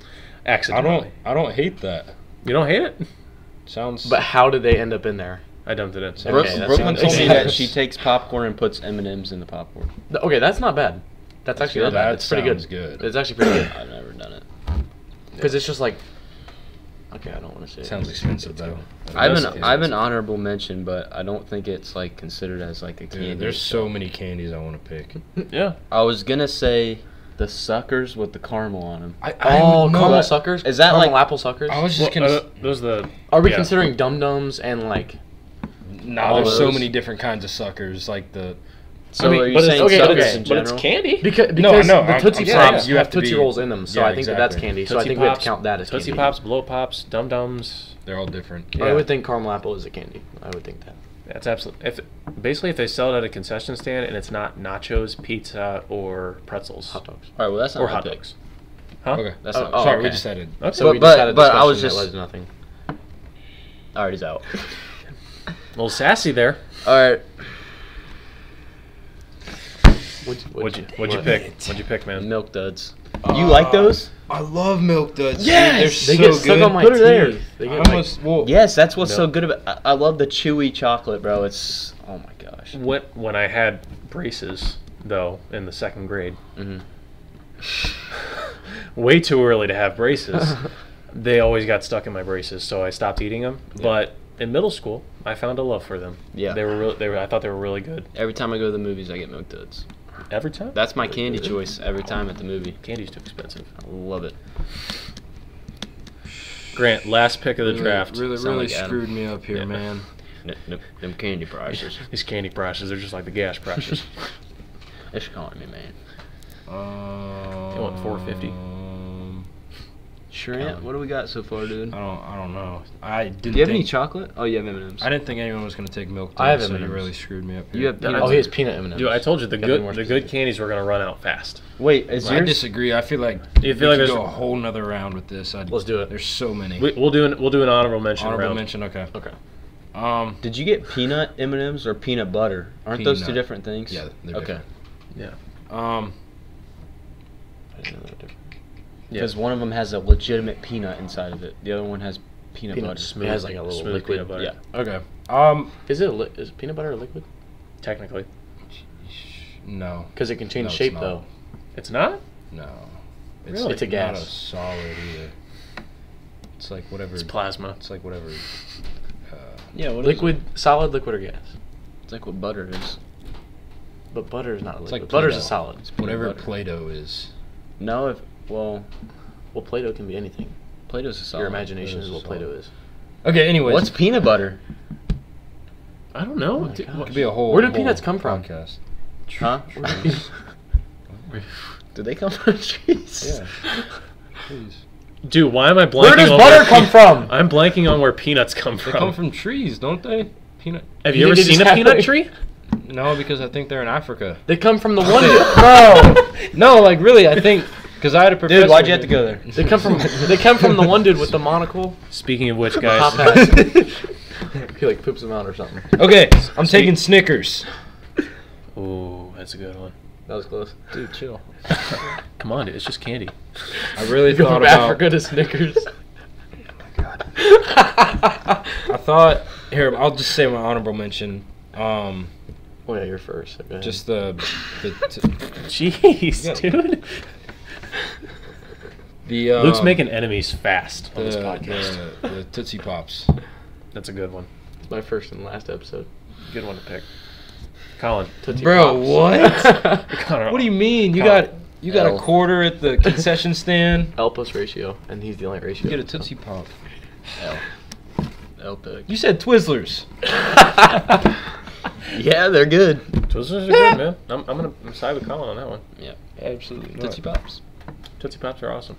Speaker 3: I
Speaker 2: Accidentally.
Speaker 3: don't. I don't hate that.
Speaker 2: You don't hate it?
Speaker 3: Sounds.
Speaker 4: but how did they end up in there?
Speaker 2: I dumped it in. So.
Speaker 5: Brooke,
Speaker 4: Okay, that
Speaker 5: Brooklyn
Speaker 4: sounds-
Speaker 5: told me
Speaker 4: okay.
Speaker 5: that she takes popcorn and puts M and M's in the popcorn.
Speaker 4: Th- Okay, that's not bad. That's actually not bad.
Speaker 3: that
Speaker 4: It's pretty
Speaker 3: sounds
Speaker 4: good.
Speaker 3: good.
Speaker 4: It's actually pretty good
Speaker 5: I've never done it.
Speaker 4: because it's just like. Okay, I don't want to say. it.
Speaker 3: sounds expensive though. That
Speaker 5: I've
Speaker 3: does
Speaker 5: an
Speaker 3: sound
Speaker 5: I've an
Speaker 3: expensive.
Speaker 5: honorable mention, but I don't think it's like considered as like a candy.
Speaker 3: Dude, there's so many candies I want to pick.
Speaker 2: Yeah.
Speaker 5: I was gonna say the suckers with the caramel on them.
Speaker 3: I, I
Speaker 4: Oh,
Speaker 3: no,
Speaker 4: caramel
Speaker 3: but
Speaker 4: suckers.
Speaker 5: is that
Speaker 4: caramel
Speaker 5: like-
Speaker 4: apple suckers?
Speaker 3: I was
Speaker 2: Well,
Speaker 3: just gonna.
Speaker 2: uh, those are the
Speaker 4: Are we
Speaker 2: yeah.
Speaker 4: considering dum dums and like?
Speaker 3: nah,
Speaker 4: all
Speaker 3: there's so
Speaker 4: those-
Speaker 3: many different kinds of suckers. Like the
Speaker 5: So
Speaker 2: mean,
Speaker 5: are you
Speaker 2: but it's-
Speaker 5: saying
Speaker 4: okay,
Speaker 5: suckers
Speaker 4: okay,
Speaker 5: in
Speaker 2: but it's
Speaker 5: general?
Speaker 2: candy.
Speaker 4: Because,
Speaker 3: No,
Speaker 4: because
Speaker 3: no,
Speaker 4: the
Speaker 3: I'm-
Speaker 4: Tootsie
Speaker 3: I'm saying
Speaker 4: Pops,
Speaker 3: you
Speaker 4: you
Speaker 3: have
Speaker 4: have
Speaker 3: to
Speaker 4: Tootsie
Speaker 3: be-
Speaker 4: Rolls in them, so
Speaker 3: yeah,
Speaker 4: I think that that's
Speaker 3: exactly.
Speaker 4: candy. So I
Speaker 2: Tootsie
Speaker 4: think we have to
Speaker 2: Pops,
Speaker 4: count that as
Speaker 2: Tootsie
Speaker 4: candy.
Speaker 2: Pops, Blow Pops, Dum Dums.
Speaker 3: they're all different.
Speaker 4: I
Speaker 2: Yeah.
Speaker 4: would think caramel apple is a candy. I would think that.
Speaker 2: That's absolutely. If basically if they sell it at a concession stand and it's not nachos, pizza, or pretzels
Speaker 4: Hot dogs.
Speaker 5: All right, well that's not
Speaker 2: or
Speaker 5: my
Speaker 2: hot
Speaker 5: pick.
Speaker 2: dogs.
Speaker 3: Okay.
Speaker 5: That's
Speaker 4: Oh,
Speaker 5: not.
Speaker 4: oh,
Speaker 3: Sorry, we
Speaker 4: okay.
Speaker 3: just had it.
Speaker 2: Okay.
Speaker 4: So we
Speaker 5: But-
Speaker 4: just had a
Speaker 5: but I was
Speaker 4: discussion that
Speaker 5: just-
Speaker 4: led to nothing.
Speaker 5: All right, he's out.
Speaker 2: a little sassy there.
Speaker 5: All right,
Speaker 4: What'd, what'd
Speaker 2: What'd you
Speaker 4: you-
Speaker 2: What'd you
Speaker 4: what?
Speaker 2: pick? What'd you pick, man?
Speaker 5: milk duds. you like those?
Speaker 3: Uh, I love milk duds.
Speaker 5: Yes!
Speaker 4: They
Speaker 3: they're so
Speaker 4: get stuck
Speaker 3: good.
Speaker 4: on my
Speaker 5: Put
Speaker 4: teeth.
Speaker 5: it there.
Speaker 4: They
Speaker 3: I
Speaker 4: get like,
Speaker 3: almost- well,
Speaker 5: Yes, that's what's so good about. I, I love the chewy chocolate, bro. It's oh my gosh.
Speaker 2: When when I had braces though in the second grade,
Speaker 5: Mhm.
Speaker 2: way too early to have braces. they always got stuck in my braces, so I stopped eating them. But in middle school, I found a love for them.
Speaker 5: Yeah.
Speaker 2: they were really, they were. I thought they were really good.
Speaker 5: Every time I go to the movies, I get milk duds.
Speaker 2: Every time,
Speaker 5: That's my candy choice every time at the movie.
Speaker 2: candy's too expensive.
Speaker 5: I love it.
Speaker 2: Grant, last pick of the draft.
Speaker 3: Really,
Speaker 5: Sound
Speaker 3: really
Speaker 5: like Adam.
Speaker 3: screwed me up here,
Speaker 2: Yeah.
Speaker 3: man.
Speaker 5: N- n- them candy prices.
Speaker 2: These candy prices, they're just like the gas prices.
Speaker 5: It's calling me, man.
Speaker 3: Um,
Speaker 2: want 450?
Speaker 5: Shrimp. What do we got so far, dude?
Speaker 3: I don't. I don't know. I didn't.
Speaker 5: Do you have any
Speaker 3: think-
Speaker 5: chocolate? Oh, you have M&Ms.
Speaker 3: I didn't think anyone was gonna take milk. Duds,
Speaker 4: I have
Speaker 3: so you
Speaker 4: M&Ms.
Speaker 3: really screwed me up here.
Speaker 5: You have peanut
Speaker 4: oh, he has peanut M&Ms.
Speaker 2: Dude, I told you the
Speaker 4: Gotta be more
Speaker 2: good the good
Speaker 4: specific.
Speaker 2: candies were gonna run out fast.
Speaker 5: Wait, is
Speaker 3: I
Speaker 5: yours?
Speaker 3: disagree. I feel like
Speaker 2: You
Speaker 3: we
Speaker 2: feel like
Speaker 3: could
Speaker 2: there's-
Speaker 3: go a whole nother round with this. I'd,
Speaker 4: Let's do it.
Speaker 3: There's so many.
Speaker 2: We, we'll do an we'll do an honorable mention
Speaker 3: Honorable
Speaker 2: round.
Speaker 3: mention. Okay.
Speaker 4: Okay.
Speaker 3: Um.
Speaker 5: Did you get peanut M&Ms or peanut butter? Aren't those two
Speaker 3: Peanut.
Speaker 5: different things?
Speaker 3: Yeah. They're
Speaker 5: Okay.
Speaker 4: I
Speaker 3: Um.
Speaker 4: didn't know they were different.
Speaker 2: Yeah.
Speaker 5: Because one of them has a legitimate peanut inside of it. The other one has peanut,
Speaker 4: Peanut
Speaker 5: butter.
Speaker 4: smooth. It has like a little
Speaker 2: Smooth
Speaker 4: liquid.
Speaker 2: peanut butter.
Speaker 5: Yeah.
Speaker 3: Okay. Um.
Speaker 4: Is it a li- is peanut butter a liquid?
Speaker 2: Technically,
Speaker 3: No.
Speaker 4: Because it can
Speaker 3: No,
Speaker 4: change
Speaker 3: it's
Speaker 4: shape
Speaker 3: not.
Speaker 4: though.
Speaker 2: it's not.
Speaker 3: No.
Speaker 2: Really?
Speaker 4: It's a
Speaker 3: Not a
Speaker 4: gas.
Speaker 3: solid either. It's like whatever.
Speaker 2: It's
Speaker 3: It's,
Speaker 2: plasma.
Speaker 3: like whatever. Uh,
Speaker 5: Yeah. What is
Speaker 4: Liquid, solid, liquid, or gas.
Speaker 5: it? It's like what butter is.
Speaker 4: But butter is not a
Speaker 3: It's
Speaker 4: liquid.
Speaker 3: like
Speaker 4: Butter's a
Speaker 3: Play-Doh.
Speaker 4: solid.
Speaker 3: whatever
Speaker 5: butter.
Speaker 3: Play-Doh is.
Speaker 5: No, if well,
Speaker 4: Well, Play-Doh can be anything.
Speaker 5: Plato's a solid.
Speaker 4: Your imagination
Speaker 3: Play-Doh's
Speaker 4: is
Speaker 3: a
Speaker 4: what
Speaker 3: solid.
Speaker 4: Play-Doh is.
Speaker 3: Okay. Anyways.
Speaker 5: What's peanut butter?
Speaker 2: I don't know.
Speaker 4: my
Speaker 2: Dude,
Speaker 4: gosh.
Speaker 2: what-
Speaker 3: Could be a whole.
Speaker 4: Where do
Speaker 3: whole
Speaker 4: peanuts come from?
Speaker 3: Podcast.
Speaker 5: Huh? Do they come from trees?
Speaker 3: Yeah. Please.
Speaker 2: Dude, why am I blanking?
Speaker 4: Where does
Speaker 2: on
Speaker 4: butter
Speaker 2: where
Speaker 4: come
Speaker 2: pe-
Speaker 4: from?
Speaker 2: I'm blanking on where peanuts come
Speaker 3: They
Speaker 2: from.
Speaker 3: come from trees, don't they? Peanut.
Speaker 2: Have you,
Speaker 4: You
Speaker 2: ever
Speaker 4: think they
Speaker 2: seen
Speaker 4: just
Speaker 2: a
Speaker 4: have
Speaker 2: peanut
Speaker 4: it?
Speaker 2: tree?
Speaker 3: No, because I think they're in Africa.
Speaker 4: They come from the one.
Speaker 3: Bro, no, like really, I think because I had a professor.
Speaker 5: Dude, why'd you have to go there?
Speaker 4: they come from. They come from the one dude with the monocle.
Speaker 2: Speaking of which, guys,
Speaker 4: Popeye. he like poops them out or something.
Speaker 3: Okay, I'm taking Snickers.
Speaker 2: ooh, that's a good one.
Speaker 4: That was close.
Speaker 3: Dude, chill.
Speaker 2: Come on, dude, it's just candy.
Speaker 3: I really
Speaker 4: Go
Speaker 3: thought
Speaker 4: from
Speaker 3: about.
Speaker 4: Africa to Snickers. Oh,
Speaker 3: I thought here. I'll just say my honorable mention. Um,
Speaker 4: Oh yeah, you're first. Okay.
Speaker 3: just the the
Speaker 2: Jeez,
Speaker 3: Yeah.
Speaker 2: dude.
Speaker 3: the uh,
Speaker 2: Luke's making enemies fast
Speaker 3: the,
Speaker 2: on this podcast.
Speaker 3: the, the Tootsie Pops.
Speaker 2: That's a good one.
Speaker 4: It's my first and last episode.
Speaker 2: Good one to pick. Colin,
Speaker 4: Tootsie
Speaker 3: Bro,
Speaker 4: Pops.
Speaker 2: Connor,
Speaker 3: What do you mean? You
Speaker 2: Cow.
Speaker 3: got you got
Speaker 5: L.
Speaker 3: a quarter at the concession stand.
Speaker 4: L plus ratio, and he's the only ratio.
Speaker 3: You get a Tootsie Pop.
Speaker 5: L. L pick.
Speaker 3: You said Twizzlers.
Speaker 5: Yeah, they're good.
Speaker 2: Twizzlers are good, man. I'm, I'm gonna I'm side with Colin on that one.
Speaker 3: Absolutely.
Speaker 5: Tootsie Pops.
Speaker 2: Tootsie Pops are awesome.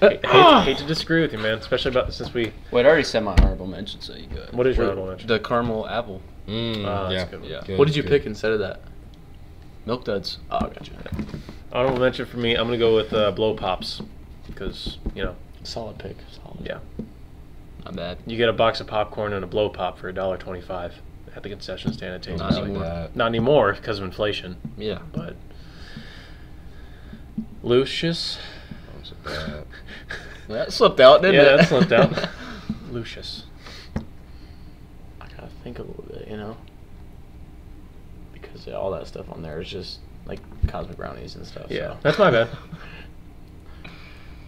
Speaker 3: Uh,
Speaker 2: Hate,
Speaker 3: ah.
Speaker 2: hate, hate to disagree with you, man. Especially about since we.
Speaker 5: Wait, I already said my honorable mention, so you go.
Speaker 2: What is your honorable mention?
Speaker 5: The caramel apple.
Speaker 3: Mm,
Speaker 2: Ah, that's
Speaker 3: yeah.
Speaker 2: a good one.
Speaker 5: Yeah.
Speaker 3: Good,
Speaker 4: What did you
Speaker 3: good.
Speaker 4: pick instead of that?
Speaker 5: Milk duds.
Speaker 4: Oh, gotcha.
Speaker 2: Honorable mention for me, I'm gonna go with uh, blow pops, because you know,
Speaker 4: Solid pick. Solid.
Speaker 2: yeah,
Speaker 5: Not bad.
Speaker 2: you get a box of popcorn and a blow pop for $1.25 at the concession stand at Tate's.
Speaker 5: Not
Speaker 3: Not like
Speaker 5: anymore.
Speaker 3: that.
Speaker 2: Not anymore because of inflation,
Speaker 5: Yeah.
Speaker 2: but Lucius,
Speaker 3: That was a bad-
Speaker 5: That slipped out, didn't
Speaker 2: yeah,
Speaker 5: it?
Speaker 2: that slipped out. Lucius,
Speaker 4: I gotta think a little bit, you know, because all that stuff on there is just like cosmic brownies and stuff.
Speaker 2: yeah,
Speaker 4: So.
Speaker 2: that's my bad.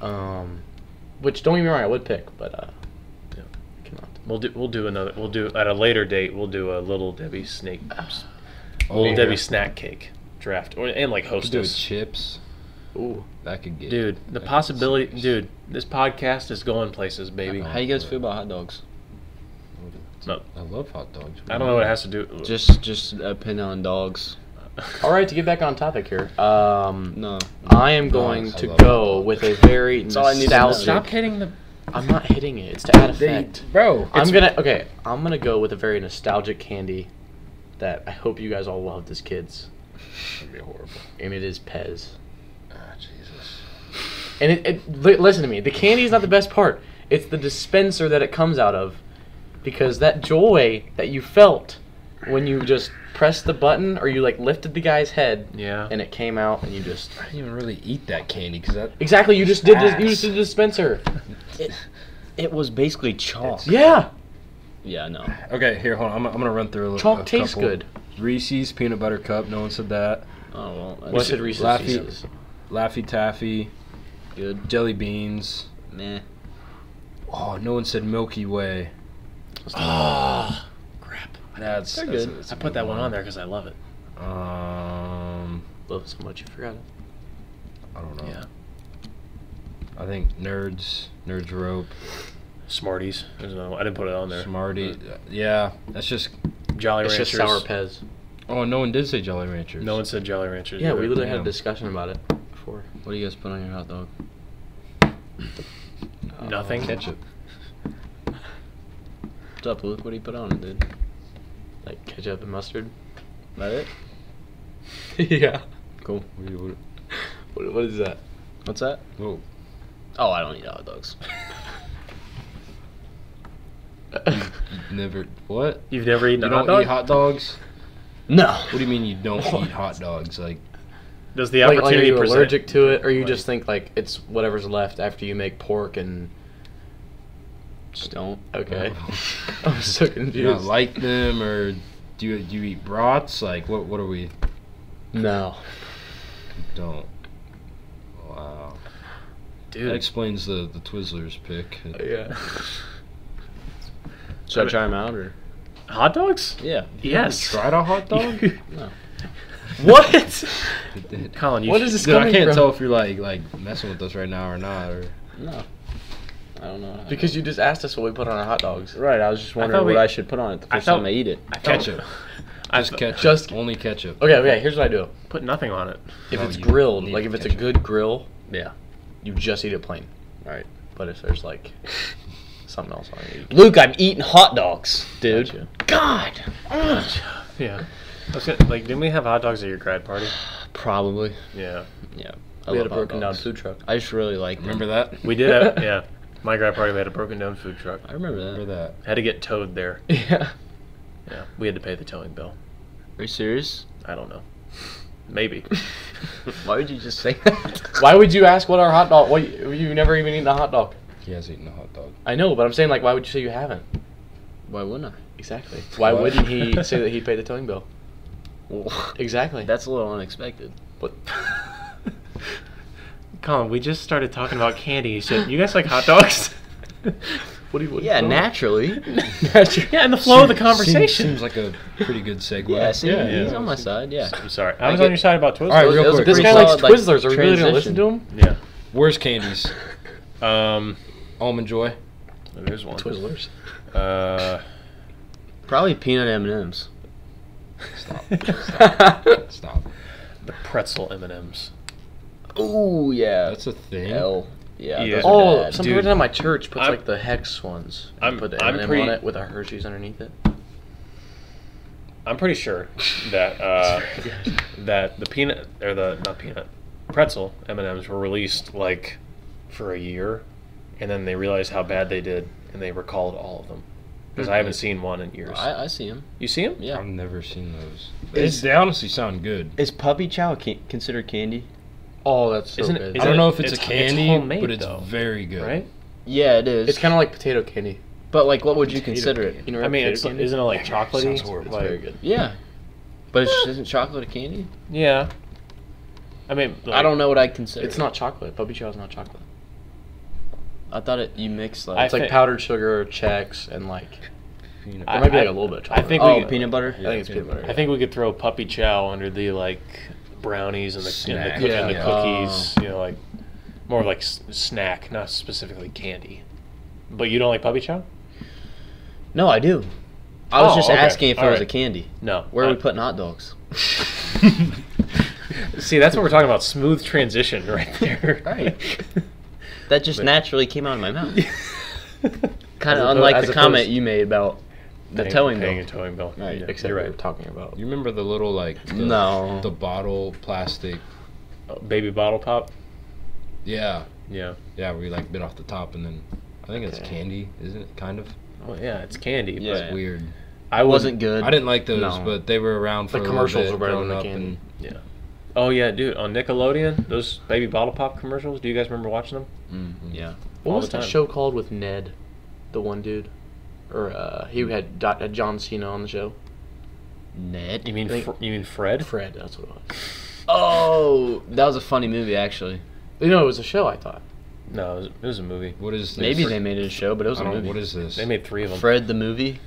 Speaker 4: Um, which don't get me wrong, I would pick, but uh,
Speaker 2: Yeah.
Speaker 4: I cannot.
Speaker 2: We'll do we'll do another. We'll do at a later date. We'll do a little Debbie snake,
Speaker 4: uh,
Speaker 3: Oh,
Speaker 2: little
Speaker 3: yeah.
Speaker 2: Debbie snack cake draft, or and like
Speaker 3: Could do with
Speaker 2: hostess.
Speaker 3: chips.
Speaker 4: Ooh,
Speaker 3: That could get
Speaker 2: Dude,
Speaker 3: that
Speaker 2: the
Speaker 3: could
Speaker 2: possibility,
Speaker 3: serious.
Speaker 2: dude, this podcast is going places, baby.
Speaker 3: Uh-huh.
Speaker 5: How you guys feel about hot dogs?
Speaker 2: No.
Speaker 3: I love hot dogs.
Speaker 2: I don't know what it has to do.
Speaker 5: Just just a pin on dogs.
Speaker 4: All right, to get back on topic here. Um,
Speaker 5: No.
Speaker 4: I am
Speaker 3: Nice,
Speaker 4: going
Speaker 3: I
Speaker 4: to
Speaker 3: love
Speaker 4: go
Speaker 3: that.
Speaker 4: with a very
Speaker 5: all I need to know.
Speaker 4: nostalgic.
Speaker 2: Stop hitting the.
Speaker 4: I'm not hitting it. It's to add effect.
Speaker 3: bro.
Speaker 4: I'm gonna okay. I'm gonna go with a very nostalgic candy that I hope you guys all loved as kids,
Speaker 3: gonna be horrible.
Speaker 4: and it is Pez.
Speaker 3: Ah, Jesus.
Speaker 4: And it, it li- listen to me. The candy is not the best part. It's the dispenser that it comes out of, because that joy that you felt when you just pressed the button or you like lifted the guy's head
Speaker 2: Yeah.
Speaker 4: and it came out and you just
Speaker 3: I didn't even really eat that candy because that.
Speaker 4: exactly you just did this, you just did the dispenser.
Speaker 5: It was basically chalk.
Speaker 4: Yeah,
Speaker 5: Yeah, no.
Speaker 3: Okay, here, hold on. I'm, I'm gonna run through a little.
Speaker 4: chalk
Speaker 3: a
Speaker 4: tastes
Speaker 3: couple.
Speaker 4: good.
Speaker 3: Reese's peanut butter cup. No one said that.
Speaker 5: Oh well.
Speaker 4: What
Speaker 5: That's
Speaker 4: did Reese's
Speaker 3: Laffy-
Speaker 4: Pieces?
Speaker 3: Laffy Taffy,
Speaker 5: good?
Speaker 3: jelly beans.
Speaker 5: Meh.
Speaker 3: Oh, no one said Milky Way.
Speaker 2: Oh, crap!
Speaker 3: That's,
Speaker 5: They're
Speaker 3: that's-
Speaker 5: good.
Speaker 3: that's
Speaker 2: I
Speaker 3: a
Speaker 2: put
Speaker 3: good
Speaker 2: that one on there because I love it.
Speaker 3: Um,
Speaker 4: Love it so much you forgot it.
Speaker 3: I don't know.
Speaker 2: Yeah.
Speaker 3: I think nerds, nerds rope,
Speaker 2: Smarties. There's another one. I didn't put it on there.
Speaker 3: Smarty. Yeah, that's just.
Speaker 2: Jolly
Speaker 4: It's
Speaker 2: Ranchers.
Speaker 4: just sour Pez.
Speaker 3: Oh, no one did say Jolly Ranchers.
Speaker 2: No one said Jolly Ranchers.
Speaker 4: Yeah,
Speaker 2: either.
Speaker 4: we literally had a
Speaker 3: Damn.
Speaker 4: discussion about it before.
Speaker 5: What do you guys put on your hot dog?
Speaker 2: nothing.
Speaker 3: Oh, Ketchup.
Speaker 5: What's up, Luke? What do you put on it, dude?
Speaker 4: Like ketchup and mustard.
Speaker 5: That it?
Speaker 4: yeah.
Speaker 5: Cool.
Speaker 3: What do you- what-
Speaker 4: What, what is that?
Speaker 5: What's that?
Speaker 3: Whoa.
Speaker 5: Oh, I don't eat hot dogs.
Speaker 3: Never. What?
Speaker 2: You've never eaten
Speaker 3: You
Speaker 2: a
Speaker 3: don't
Speaker 2: hot dog?
Speaker 3: eat hot dogs?
Speaker 5: No.
Speaker 3: What do you mean you don't eat hot dogs? Like,
Speaker 2: Does the
Speaker 4: like, like, are
Speaker 2: opportunity
Speaker 4: you
Speaker 2: present?
Speaker 4: allergic to it, or you
Speaker 3: Like-
Speaker 4: just think like it's whatever's left after you make pork and
Speaker 5: Just don't.
Speaker 4: okay?
Speaker 3: No.
Speaker 4: I'm so
Speaker 3: do you not
Speaker 4: confused.
Speaker 3: like them, or do you, do you eat brats? Like, what what are we?
Speaker 4: no,
Speaker 3: Don't. Wow. That
Speaker 2: Dude,
Speaker 3: explains the the Twizzlers pick.
Speaker 4: yeah.
Speaker 5: Should I try them out or?
Speaker 2: hot dogs?
Speaker 5: Yeah.
Speaker 2: Yes.
Speaker 3: Tried a hot dog?
Speaker 4: what?
Speaker 2: Colin, you
Speaker 4: What
Speaker 2: should-
Speaker 4: is this
Speaker 3: Dude, I
Speaker 4: coming
Speaker 3: can't
Speaker 4: from?
Speaker 3: tell if you're like like messing with us right now or not. Or
Speaker 5: No. I don't know.
Speaker 4: Because you just asked us what we put on our hot dogs.
Speaker 5: Right, I was just wondering
Speaker 2: thought
Speaker 5: what
Speaker 2: we-
Speaker 5: I should put on it the
Speaker 2: I
Speaker 5: first
Speaker 2: thought-
Speaker 5: time I eat it.
Speaker 2: I thought-
Speaker 3: ketchup.
Speaker 2: I
Speaker 3: Just
Speaker 2: thought-
Speaker 3: ketchup.
Speaker 4: Just-
Speaker 3: only
Speaker 2: Oh,
Speaker 3: ketchup.
Speaker 4: Okay, okay. Here's what I do.
Speaker 2: Put nothing on it.
Speaker 4: If
Speaker 3: No,
Speaker 4: it's
Speaker 3: you
Speaker 4: grilled,
Speaker 3: need
Speaker 4: like if it's
Speaker 3: ketchup.
Speaker 4: a good grill,
Speaker 2: Yeah.
Speaker 4: you just eat it plain.
Speaker 5: Alright.
Speaker 4: But if there's like something else on it, you
Speaker 5: Luke, I'm eating hot dogs, dude.
Speaker 4: Gotcha.
Speaker 5: God.
Speaker 2: Yeah. I was gonna, like, didn't we have hot dogs at your grad party?
Speaker 5: Probably.
Speaker 2: Yeah.
Speaker 5: Yeah.
Speaker 4: we had a broken down food truck.
Speaker 5: I just really like them.
Speaker 3: Remember that?
Speaker 2: We did have, yeah. My grad party, we had a broken down food truck.
Speaker 5: I remember that.
Speaker 3: Remember that?
Speaker 2: Had to get towed there.
Speaker 5: Yeah.
Speaker 2: Yeah. We had to pay the towing bill.
Speaker 5: Are you serious?
Speaker 2: I don't know. Maybe.
Speaker 5: Why would you just say that?
Speaker 4: Why would you ask what our hot dog? What you, you never even eaten a hot dog?
Speaker 3: He has eaten a hot dog.
Speaker 4: I know, but I'm saying like, why would you say you haven't?
Speaker 5: Why wouldn't
Speaker 4: Exactly. Why
Speaker 3: What?
Speaker 4: wouldn't he say that he paid the towing bill?
Speaker 5: I?
Speaker 4: Exactly.
Speaker 5: That's a little unexpected.
Speaker 4: What?
Speaker 2: Colin, we just started talking about candy. You said, you guys like hot dogs?
Speaker 4: What do you? What do you
Speaker 5: Yeah,
Speaker 4: call it?
Speaker 5: naturally.
Speaker 2: yeah, and the flow of the
Speaker 3: Seems- Seems,
Speaker 2: conversation.
Speaker 3: seems like a pretty good segue.
Speaker 5: Yeah, see,
Speaker 2: Yeah,
Speaker 5: he's
Speaker 2: yeah.
Speaker 5: on my side. Yeah.
Speaker 2: I'm sorry. I,
Speaker 5: I
Speaker 2: was
Speaker 5: get-
Speaker 2: on your side about Twizzlers.
Speaker 3: All right, real
Speaker 5: That was a
Speaker 3: quick.
Speaker 4: This
Speaker 5: pretty
Speaker 4: guy likes
Speaker 5: solid, like,
Speaker 4: Twizzlers. Are we really gonna listen
Speaker 5: transition.
Speaker 4: to him?
Speaker 3: Worst candies.
Speaker 2: Yeah. Um,
Speaker 3: Almond Joy.
Speaker 2: there's one.
Speaker 4: Twizzlers.
Speaker 2: Uh,
Speaker 5: Probably peanut M and M's.
Speaker 3: Stop. Stop.
Speaker 2: the pretzel M&Ms.
Speaker 5: Oh yeah.
Speaker 3: That's a thing.
Speaker 5: L. Yeah.
Speaker 2: Yeah.
Speaker 5: Those are
Speaker 4: Oh,
Speaker 5: bad.
Speaker 4: some
Speaker 2: Dude.
Speaker 4: person at my church puts
Speaker 2: I'm-
Speaker 4: like the hex ones. and
Speaker 2: I'm-
Speaker 4: put the
Speaker 2: I'm
Speaker 4: M&M
Speaker 2: pretty-
Speaker 4: on it with a Hershey's underneath it.
Speaker 2: I'm pretty sure that uh, that the peanut or the not peanut pretzel M and M's were released like for a year, and then they realized how bad they did, and they recalled all of them because I haven't seen one in years.
Speaker 4: I, I see him.
Speaker 2: You see them?
Speaker 4: Yeah.
Speaker 3: I've never seen those.
Speaker 5: Is-
Speaker 3: They, they honestly sound good.
Speaker 5: Is puppy chow can- considered candy?
Speaker 4: Oh, that's so
Speaker 2: Isn't it-
Speaker 4: good.
Speaker 2: is
Speaker 3: I don't
Speaker 2: it-
Speaker 3: know if it's,
Speaker 2: it's-
Speaker 3: a
Speaker 2: it's
Speaker 3: candy,
Speaker 2: homemade,
Speaker 3: but it's
Speaker 2: though,
Speaker 3: very good.
Speaker 2: Right?
Speaker 5: Yeah, it is.
Speaker 4: It's kind of like potato candy.
Speaker 5: but like, what would you
Speaker 3: Potato
Speaker 5: consider it?
Speaker 4: You know,
Speaker 2: I mean,
Speaker 4: potato
Speaker 2: it's,
Speaker 4: candy?
Speaker 2: isn't it like chocolatey?
Speaker 3: Sounds horrible.
Speaker 4: It's
Speaker 2: Like-
Speaker 4: very good.
Speaker 5: Yeah, but it's, isn't chocolate a candy?
Speaker 2: Yeah. I mean,
Speaker 5: I
Speaker 2: like,
Speaker 5: don't know what I consider.
Speaker 4: It's not chocolate. Puppy Chow's not chocolate.
Speaker 5: I thought it. You mix
Speaker 2: I
Speaker 4: It's
Speaker 5: like.
Speaker 4: like
Speaker 2: think-
Speaker 4: powdered sugar, checks, and like
Speaker 3: Peanut.
Speaker 4: there might be
Speaker 2: I-
Speaker 4: like a little bit of
Speaker 2: I
Speaker 4: chocolate.
Speaker 2: think
Speaker 5: oh,
Speaker 2: we-
Speaker 5: peanut butter.
Speaker 4: I think it's peanut butter.
Speaker 2: I think we could throw puppy chow under the like brownies and the, and the,
Speaker 3: Snack.
Speaker 2: coo- and the
Speaker 3: Yeah.
Speaker 2: cookies. You know, like more like s- snack, not specifically candy. But you don't like puppy chow?
Speaker 5: No, I do. I was
Speaker 2: Oh,
Speaker 5: just
Speaker 2: okay.
Speaker 5: asking if it was
Speaker 2: Alright.
Speaker 5: a candy.
Speaker 2: No.
Speaker 5: Where
Speaker 2: Uh,
Speaker 5: are we putting hot dogs?
Speaker 2: See, that's what we're talking about. Smooth transition right there.
Speaker 3: Right.
Speaker 5: That just naturally came out of my mouth. kind
Speaker 4: As
Speaker 5: of
Speaker 4: oppo-
Speaker 5: unlike
Speaker 4: as
Speaker 5: the comment
Speaker 4: opposed-
Speaker 5: you made about the
Speaker 2: Paying-
Speaker 5: towing
Speaker 2: paying a
Speaker 5: bill.
Speaker 2: towing bill.
Speaker 5: Right.
Speaker 2: Yeah,
Speaker 4: Except
Speaker 2: you're
Speaker 4: we
Speaker 2: right.
Speaker 4: were talking about.
Speaker 3: You remember the little like the,
Speaker 5: No.
Speaker 3: the bottle plastic?
Speaker 2: Uh, Baby bottle pop.
Speaker 3: Yeah,
Speaker 2: Yeah.
Speaker 3: yeah. We like bit off the top and then I think it's
Speaker 4: Okay.
Speaker 3: candy, isn't it? Kind of.
Speaker 2: Well, Oh, yeah, it's candy. but
Speaker 5: Yeah.
Speaker 3: Weird.
Speaker 2: I
Speaker 5: Wasn't
Speaker 2: wasn't.
Speaker 5: good.
Speaker 3: I didn't like those,
Speaker 5: No.
Speaker 3: but they were around for
Speaker 4: The
Speaker 3: a
Speaker 4: commercials
Speaker 3: little
Speaker 4: were
Speaker 3: bit,
Speaker 4: better than
Speaker 3: growing
Speaker 4: the
Speaker 3: up
Speaker 4: candy.
Speaker 3: and-
Speaker 2: Oh yeah, dude. On Nickelodeon, those baby bottle pop commercials. Do you guys remember watching them?
Speaker 5: Yeah.
Speaker 4: What
Speaker 2: all
Speaker 4: was
Speaker 2: the
Speaker 4: that
Speaker 2: time.
Speaker 4: show called with Ned, the one dude, or uh, he had, Do- had John Cena on the show?
Speaker 5: Ned.
Speaker 2: You mean
Speaker 4: Like-
Speaker 2: Fr- you mean Fred?
Speaker 4: Fred, that's what it was.
Speaker 5: Oh, that was a funny movie actually.
Speaker 4: You know, it was a show. I thought.
Speaker 2: No, it was, it was a movie.
Speaker 3: What is this?
Speaker 5: Maybe they made it a show, but it was
Speaker 3: I
Speaker 5: a
Speaker 3: don't. What
Speaker 5: movie.
Speaker 3: is this?
Speaker 2: They made three of them.
Speaker 5: Fred the movie.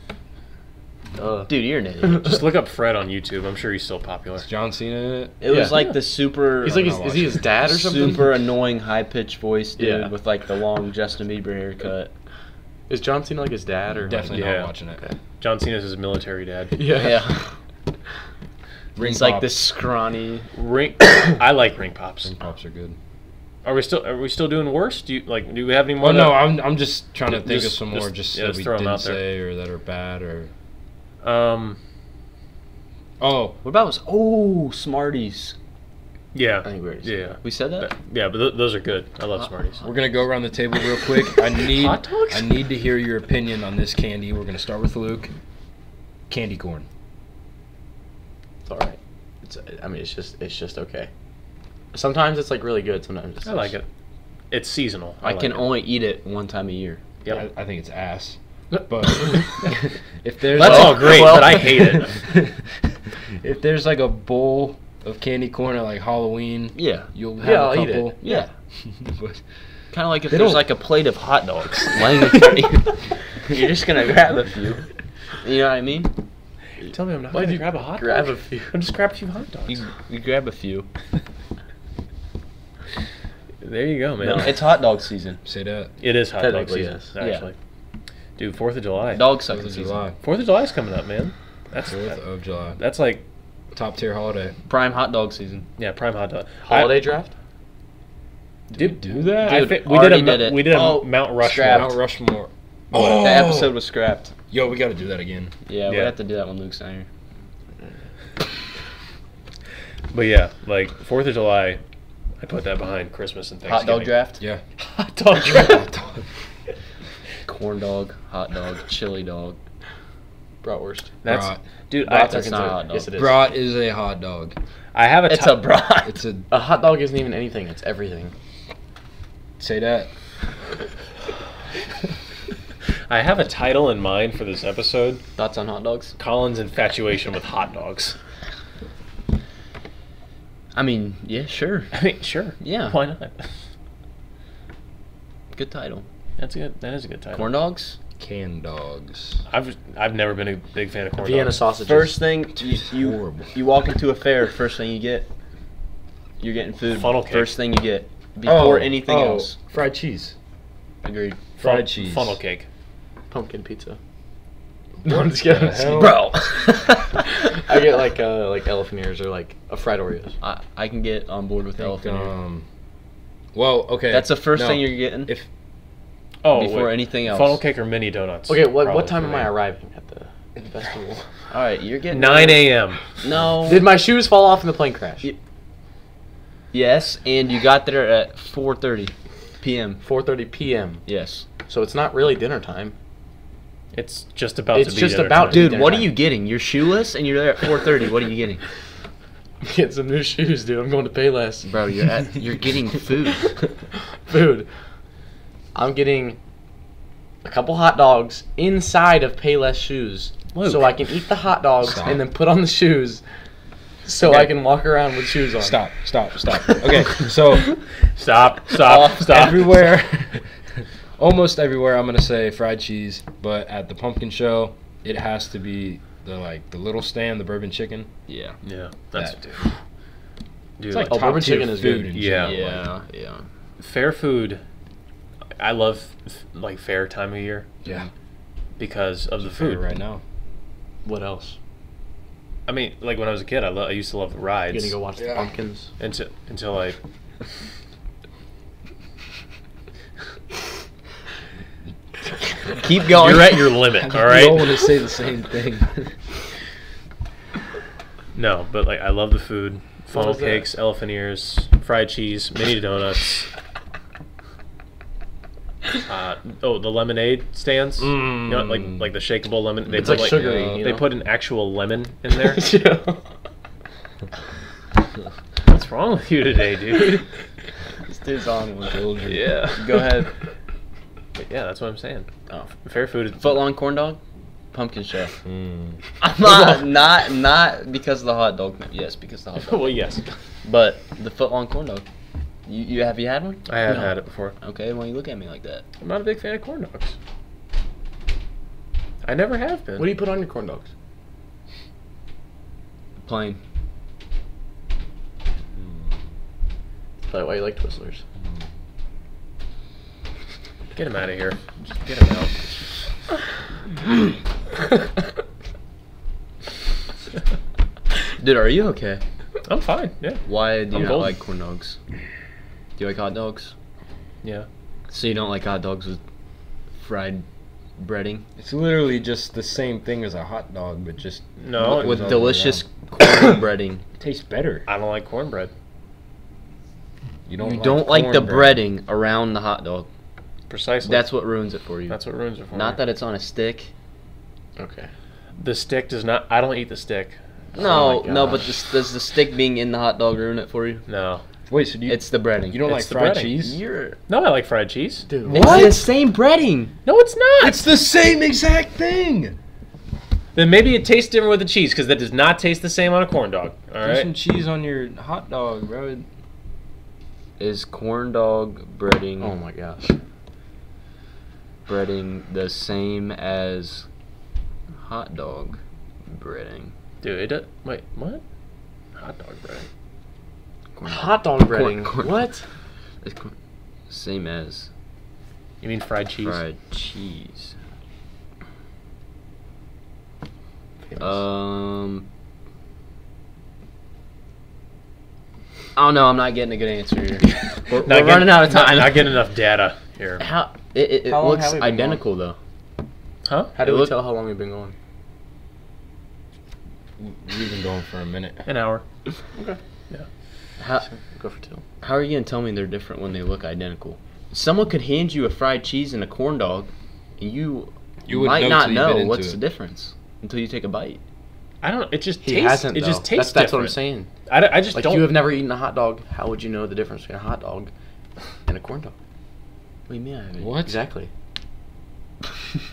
Speaker 4: Duh.
Speaker 5: Dude, you're an idiot.
Speaker 2: Just look up Fred on YouTube. I'm sure he's still popular.
Speaker 3: Is John Cena in it?
Speaker 5: It
Speaker 4: Yeah.
Speaker 5: was like the super.
Speaker 4: He's like,
Speaker 3: I'm
Speaker 4: his,
Speaker 3: not
Speaker 4: is he his
Speaker 3: watching.
Speaker 4: dad or something?
Speaker 5: super annoying high pitched voice dude
Speaker 4: Yeah.
Speaker 5: with like the long Justin Bieber haircut.
Speaker 4: Is John Cena like his dad or?
Speaker 3: Definitely
Speaker 2: Yeah.
Speaker 3: not watching it.
Speaker 4: Okay.
Speaker 2: John Cena's his military dad.
Speaker 4: Yeah.
Speaker 5: Yeah.
Speaker 3: Ring
Speaker 5: He's like
Speaker 3: pop-
Speaker 5: this scrawny.
Speaker 2: Ring. I like ring pops.
Speaker 3: Ring pops are good.
Speaker 2: Are we still Are we still doing worse? Do you like? Do we have any more?
Speaker 3: Well, no,
Speaker 2: that-
Speaker 3: I'm I'm just trying to think of
Speaker 2: Just-
Speaker 3: some more
Speaker 2: just-
Speaker 3: just
Speaker 2: yeah,
Speaker 3: that
Speaker 2: just
Speaker 3: we
Speaker 2: throw 'em
Speaker 3: didn't
Speaker 2: out there.
Speaker 3: say or that are bad or.
Speaker 2: Um.
Speaker 3: Oh,
Speaker 5: What about was oh Smarties?
Speaker 2: Yeah.
Speaker 4: I think we already said
Speaker 2: yeah.
Speaker 5: We said that.
Speaker 2: But- Yeah, but th- those are good. I
Speaker 5: Uh,
Speaker 2: love Smarties.
Speaker 3: we're gonna go around the table real quick. I need
Speaker 2: Hot dogs?
Speaker 3: I need to hear your opinion on this candy. We're gonna start with Luke. Candy corn.
Speaker 4: It's all right. It's. I mean, it's just. It's just okay. Sometimes it's like really good. Sometimes it's
Speaker 2: I like it. It's seasonal.
Speaker 5: I,
Speaker 2: like
Speaker 5: can
Speaker 2: it.
Speaker 5: only eat it one time a year.
Speaker 2: Yep.
Speaker 3: I, I think it's ass. But if there's
Speaker 2: That's
Speaker 3: like-
Speaker 2: all great, but I hate it.
Speaker 3: if there's like a bowl of candy corn at like Halloween,
Speaker 5: Yeah.
Speaker 3: you'll have
Speaker 4: Yeah, I'll
Speaker 3: a
Speaker 4: eat
Speaker 3: couple.
Speaker 5: Yeah.
Speaker 3: But
Speaker 5: Kind of like if
Speaker 3: They
Speaker 5: there's
Speaker 3: don't-
Speaker 5: like a plate of hot dogs laying in front of you. You're just gonna grab a few. You know what I mean?
Speaker 2: Tell me I'm not
Speaker 4: Why'd
Speaker 2: going to
Speaker 4: you
Speaker 2: grab a hot
Speaker 4: grab
Speaker 2: dog.
Speaker 4: a few.
Speaker 2: I'm just grab a few hot dogs.
Speaker 5: You, you grab a few.
Speaker 2: there you go, man.
Speaker 5: No, it's hot dog season.
Speaker 3: say that.
Speaker 2: It is hot dog
Speaker 4: Technically,
Speaker 2: season,
Speaker 4: yes.
Speaker 5: Yeah.
Speaker 2: actually. Dude, 4th of July.
Speaker 5: Dog
Speaker 3: Fourth
Speaker 5: sucking
Speaker 3: of
Speaker 5: season.
Speaker 3: July.
Speaker 2: Fourth of July's coming up, man. That's
Speaker 3: Fourth of July.
Speaker 2: that's like
Speaker 3: Top tier holiday.
Speaker 5: Prime hot dog season.
Speaker 2: yeah, prime hot dog.
Speaker 4: holiday draft.
Speaker 2: I, did
Speaker 3: Do that?
Speaker 2: I
Speaker 5: Dude,
Speaker 2: think we did
Speaker 5: already
Speaker 2: a
Speaker 5: did it.
Speaker 2: we did a
Speaker 5: Oh,
Speaker 2: Mount Rushmore.
Speaker 5: strapped.
Speaker 3: Mount Rushmore.
Speaker 5: The Oh. episode was scrapped.
Speaker 3: Yo, we gotta do that again.
Speaker 5: Yeah,
Speaker 2: Oh.
Speaker 5: we
Speaker 2: Yeah.
Speaker 5: have to do that when Luke's not here.
Speaker 2: But yeah, like Fourth of July, I put that behind Christmas and
Speaker 5: Hot
Speaker 2: Thanksgiving.
Speaker 5: dog draft.
Speaker 3: Yeah.
Speaker 2: Hot dog draft.
Speaker 5: Corn dog, hot dog, chili dog.
Speaker 4: Bratwurst.
Speaker 2: That's
Speaker 3: Brat.
Speaker 2: dude.
Speaker 5: Brat,
Speaker 2: I,
Speaker 5: that's not a hot dog.
Speaker 4: Yes, it is.
Speaker 3: Brat is a hot dog.
Speaker 2: I have a.
Speaker 5: It's a
Speaker 2: top-
Speaker 5: brat.
Speaker 3: It's a
Speaker 4: A hot dog isn't even anything. It's everything.
Speaker 3: say that.
Speaker 2: I have a title in mind for this episode:
Speaker 5: Thoughts on hot dogs?
Speaker 2: Colin's infatuation with hot dogs.
Speaker 5: I mean, yeah, sure.
Speaker 2: I mean, sure.
Speaker 5: Yeah.
Speaker 2: Why not?
Speaker 5: Good title.
Speaker 2: That's a good. That is a good title.
Speaker 5: Corn dogs.
Speaker 3: Can dogs.
Speaker 2: I've I've never been a big fan of corn
Speaker 4: Vienna
Speaker 2: dogs.
Speaker 4: sausages.
Speaker 5: First thing you,
Speaker 3: It's
Speaker 5: you
Speaker 3: horrible.
Speaker 5: you walk into a fair, first thing you get, you're getting food.
Speaker 2: Funnel cake.
Speaker 5: First thing you get before
Speaker 3: Oh,
Speaker 5: anything
Speaker 3: oh,
Speaker 5: else.
Speaker 3: Fried cheese.
Speaker 5: Agreed.
Speaker 2: Fun-
Speaker 3: fried cheese.
Speaker 2: funnel cake.
Speaker 4: pumpkin pizza.
Speaker 3: No, I'm just kidding. Hell?
Speaker 5: Bro,
Speaker 4: I get like uh, like elephant ears or like a fried Oreos.
Speaker 5: I, I can get on board with elephant. ear.
Speaker 3: Um. Well, okay.
Speaker 5: That's the first
Speaker 3: no.
Speaker 5: thing you're getting.
Speaker 3: If
Speaker 2: Oh,
Speaker 5: Before
Speaker 2: wait.
Speaker 5: anything else.
Speaker 2: Funnel cake or mini donuts.
Speaker 4: Okay, what
Speaker 2: probably
Speaker 4: what time
Speaker 2: for
Speaker 4: am
Speaker 2: me.
Speaker 4: I arriving at the in the festival.
Speaker 5: All right, you're getting
Speaker 2: 9 a.m.
Speaker 5: No.
Speaker 4: Did my shoes fall off in the plane crash?
Speaker 5: Yeah. yes, and you got there at 4:30 p.m.
Speaker 4: 4:30 p.m.
Speaker 5: Yes.
Speaker 4: So it's not really dinner time.
Speaker 2: It's just about
Speaker 4: It's
Speaker 2: to be
Speaker 4: just
Speaker 2: dinner
Speaker 4: about
Speaker 2: time.
Speaker 4: to-
Speaker 5: Dude, what are you getting? You're shoeless and you're there at 4:30. What are you getting?
Speaker 4: Get some new shoes, dude. I'm going to Payless.
Speaker 5: Bro, you're at, you're getting food.
Speaker 4: Food. I'm getting a couple hot dogs inside of Payless shoes,
Speaker 2: Luke.
Speaker 4: so I can eat the hot dogs
Speaker 3: Stop.
Speaker 4: and then put on the shoes, so
Speaker 3: Okay.
Speaker 4: I can walk around with shoes on.
Speaker 3: Stop, stop, stop. Okay, so
Speaker 2: Stop, stop, stop.
Speaker 3: everywhere, almost everywhere, I'm gonna say fried cheese, but at the pumpkin show, it has to be the like the little stand, the bourbon chicken.
Speaker 5: Yeah.
Speaker 2: Yeah, that's
Speaker 3: That-
Speaker 2: dude.
Speaker 3: It's like
Speaker 4: Oh,
Speaker 3: top
Speaker 4: bourbon
Speaker 3: tier
Speaker 4: chicken is
Speaker 3: food
Speaker 4: good.
Speaker 3: in
Speaker 2: Yeah.
Speaker 3: general, like-
Speaker 5: Yeah, yeah.
Speaker 2: fair food. I love like fair time of year
Speaker 3: yeah.
Speaker 2: because of the
Speaker 3: Food
Speaker 2: food.
Speaker 3: right now.
Speaker 4: What else?
Speaker 2: I mean, like when I was a kid, I, lo- I used to love
Speaker 4: You
Speaker 2: rides
Speaker 4: gonna go watch the
Speaker 3: Yeah.
Speaker 4: pumpkins?
Speaker 2: until until I
Speaker 5: Keep going.
Speaker 2: you're at your limit. All
Speaker 3: You all want
Speaker 2: right.
Speaker 3: to say the same thing.
Speaker 2: No, but like I love the food. Funnel
Speaker 4: was that?
Speaker 2: cakes, elephant ears, fried cheese, mini donuts. Uh, oh, the lemonade stands. You know, like
Speaker 3: Mm.
Speaker 2: like the shakeable lemon. They
Speaker 4: It's
Speaker 2: put
Speaker 4: like
Speaker 2: like
Speaker 4: sugary.
Speaker 3: uh,
Speaker 4: you
Speaker 2: they
Speaker 4: know?
Speaker 2: put an actual lemon in there.
Speaker 4: Yeah.
Speaker 2: What's wrong with you today, dude?
Speaker 5: This dude's on one.
Speaker 3: Children.
Speaker 2: Yeah.
Speaker 5: Go ahead.
Speaker 2: But yeah, that's what I'm saying.
Speaker 5: Oh.
Speaker 2: Fair food.
Speaker 5: Footlong corn dog? Pumpkin show.
Speaker 3: Mm.
Speaker 5: I'm not not not because of the hot dog. no, Yes, because of the hot dog.
Speaker 2: well, yes,
Speaker 5: But the footlong corn dog. You, you have you had one?
Speaker 2: I have
Speaker 5: No.
Speaker 2: had it before.
Speaker 5: Okay, why you look at me like that?
Speaker 2: I'm not a big fan of corn dogs. I never have been.
Speaker 4: What do you put on your corn dogs?
Speaker 5: Plain.
Speaker 4: Is that why you like Twizzlers?
Speaker 2: Get him out of here. Just get him out.
Speaker 5: Dude, are you okay?
Speaker 2: I'm fine. Yeah.
Speaker 5: Why do you
Speaker 2: I'm
Speaker 5: not
Speaker 2: golden.
Speaker 5: like corn dogs? Do you like hot dogs?
Speaker 2: Yeah.
Speaker 5: So you don't like hot dogs with fried breading
Speaker 3: It's literally just the same thing as a hot dog, but just
Speaker 2: No. it
Speaker 3: What- what-
Speaker 5: with
Speaker 3: Exactly,
Speaker 5: delicious corn breading.
Speaker 3: tastes better.
Speaker 2: I don't like cornbread.
Speaker 3: You
Speaker 5: You
Speaker 3: don't. like
Speaker 5: don't like the
Speaker 3: cornbread.
Speaker 5: breading around the hot dog.
Speaker 2: Precisely.
Speaker 5: That's what ruins it for you.
Speaker 2: that's what ruins it for
Speaker 5: Not
Speaker 2: me.
Speaker 5: that it's on a stick.
Speaker 4: Okay.
Speaker 2: the stick does not. I don't eat the stick. oh
Speaker 5: No,
Speaker 4: my
Speaker 5: no, but
Speaker 4: gosh.
Speaker 5: this, does the stick being in the hot dog ruin it for you?
Speaker 2: No.
Speaker 3: Wait, so do you?
Speaker 5: It's the breading.
Speaker 3: you don't
Speaker 2: it's
Speaker 3: like
Speaker 2: the
Speaker 3: fried
Speaker 2: breading.
Speaker 3: cheese?
Speaker 5: You're
Speaker 2: No, I like fried cheese.
Speaker 4: Dude,
Speaker 5: It's the same breading.
Speaker 2: No, it's not.
Speaker 3: It's the same exact thing.
Speaker 2: then maybe it tastes different with the cheese because that does not taste the same on a corn dog. All
Speaker 3: Put some
Speaker 2: right.
Speaker 3: cheese on your hot dog, bro.
Speaker 5: Is corn dog breading
Speaker 4: Oh my gosh.
Speaker 5: breading the same as hot dog breading?
Speaker 2: Dude, it does, wait. What? Hot dog bread.
Speaker 5: Corn
Speaker 4: Hot dog breading.
Speaker 5: corn.
Speaker 4: What?
Speaker 5: Is cor- same as
Speaker 2: You mean fried cheese?
Speaker 5: fried cheese. Um. Oh no, I'm not getting a good answer here. We're,
Speaker 2: Not
Speaker 5: we're
Speaker 2: getting-
Speaker 5: running out of
Speaker 2: not-
Speaker 5: time.
Speaker 2: Not, getting enough data here.
Speaker 5: How it, it, it
Speaker 4: How long
Speaker 5: looks
Speaker 4: have we been on?
Speaker 5: identical though.
Speaker 2: Huh?
Speaker 4: How do
Speaker 5: It
Speaker 4: we
Speaker 5: look-
Speaker 4: tell how long we've been going?
Speaker 3: We've been going for a minute.
Speaker 2: An hour.
Speaker 5: How
Speaker 4: Go for two.
Speaker 5: how are you gonna tell me they're different when they look identical? Someone could hand you a fried cheese and a corn dog, and you,
Speaker 3: You would
Speaker 5: might
Speaker 3: know
Speaker 5: not
Speaker 3: till you bit
Speaker 5: know
Speaker 3: into
Speaker 5: what's
Speaker 3: it.
Speaker 5: the difference until you take a bite.
Speaker 2: I don't. It just
Speaker 4: He
Speaker 2: tastes.
Speaker 4: hasn't.
Speaker 2: it
Speaker 4: though.
Speaker 2: just tastes
Speaker 4: That's, that's what I'm
Speaker 2: different.
Speaker 4: saying.
Speaker 2: I, don't- I just
Speaker 4: Like
Speaker 2: don't.
Speaker 4: you have never eaten a hot dog. How would you know the difference between a hot dog and a corn dog?
Speaker 5: What do you mean? I haven't?
Speaker 3: What?
Speaker 4: Exactly.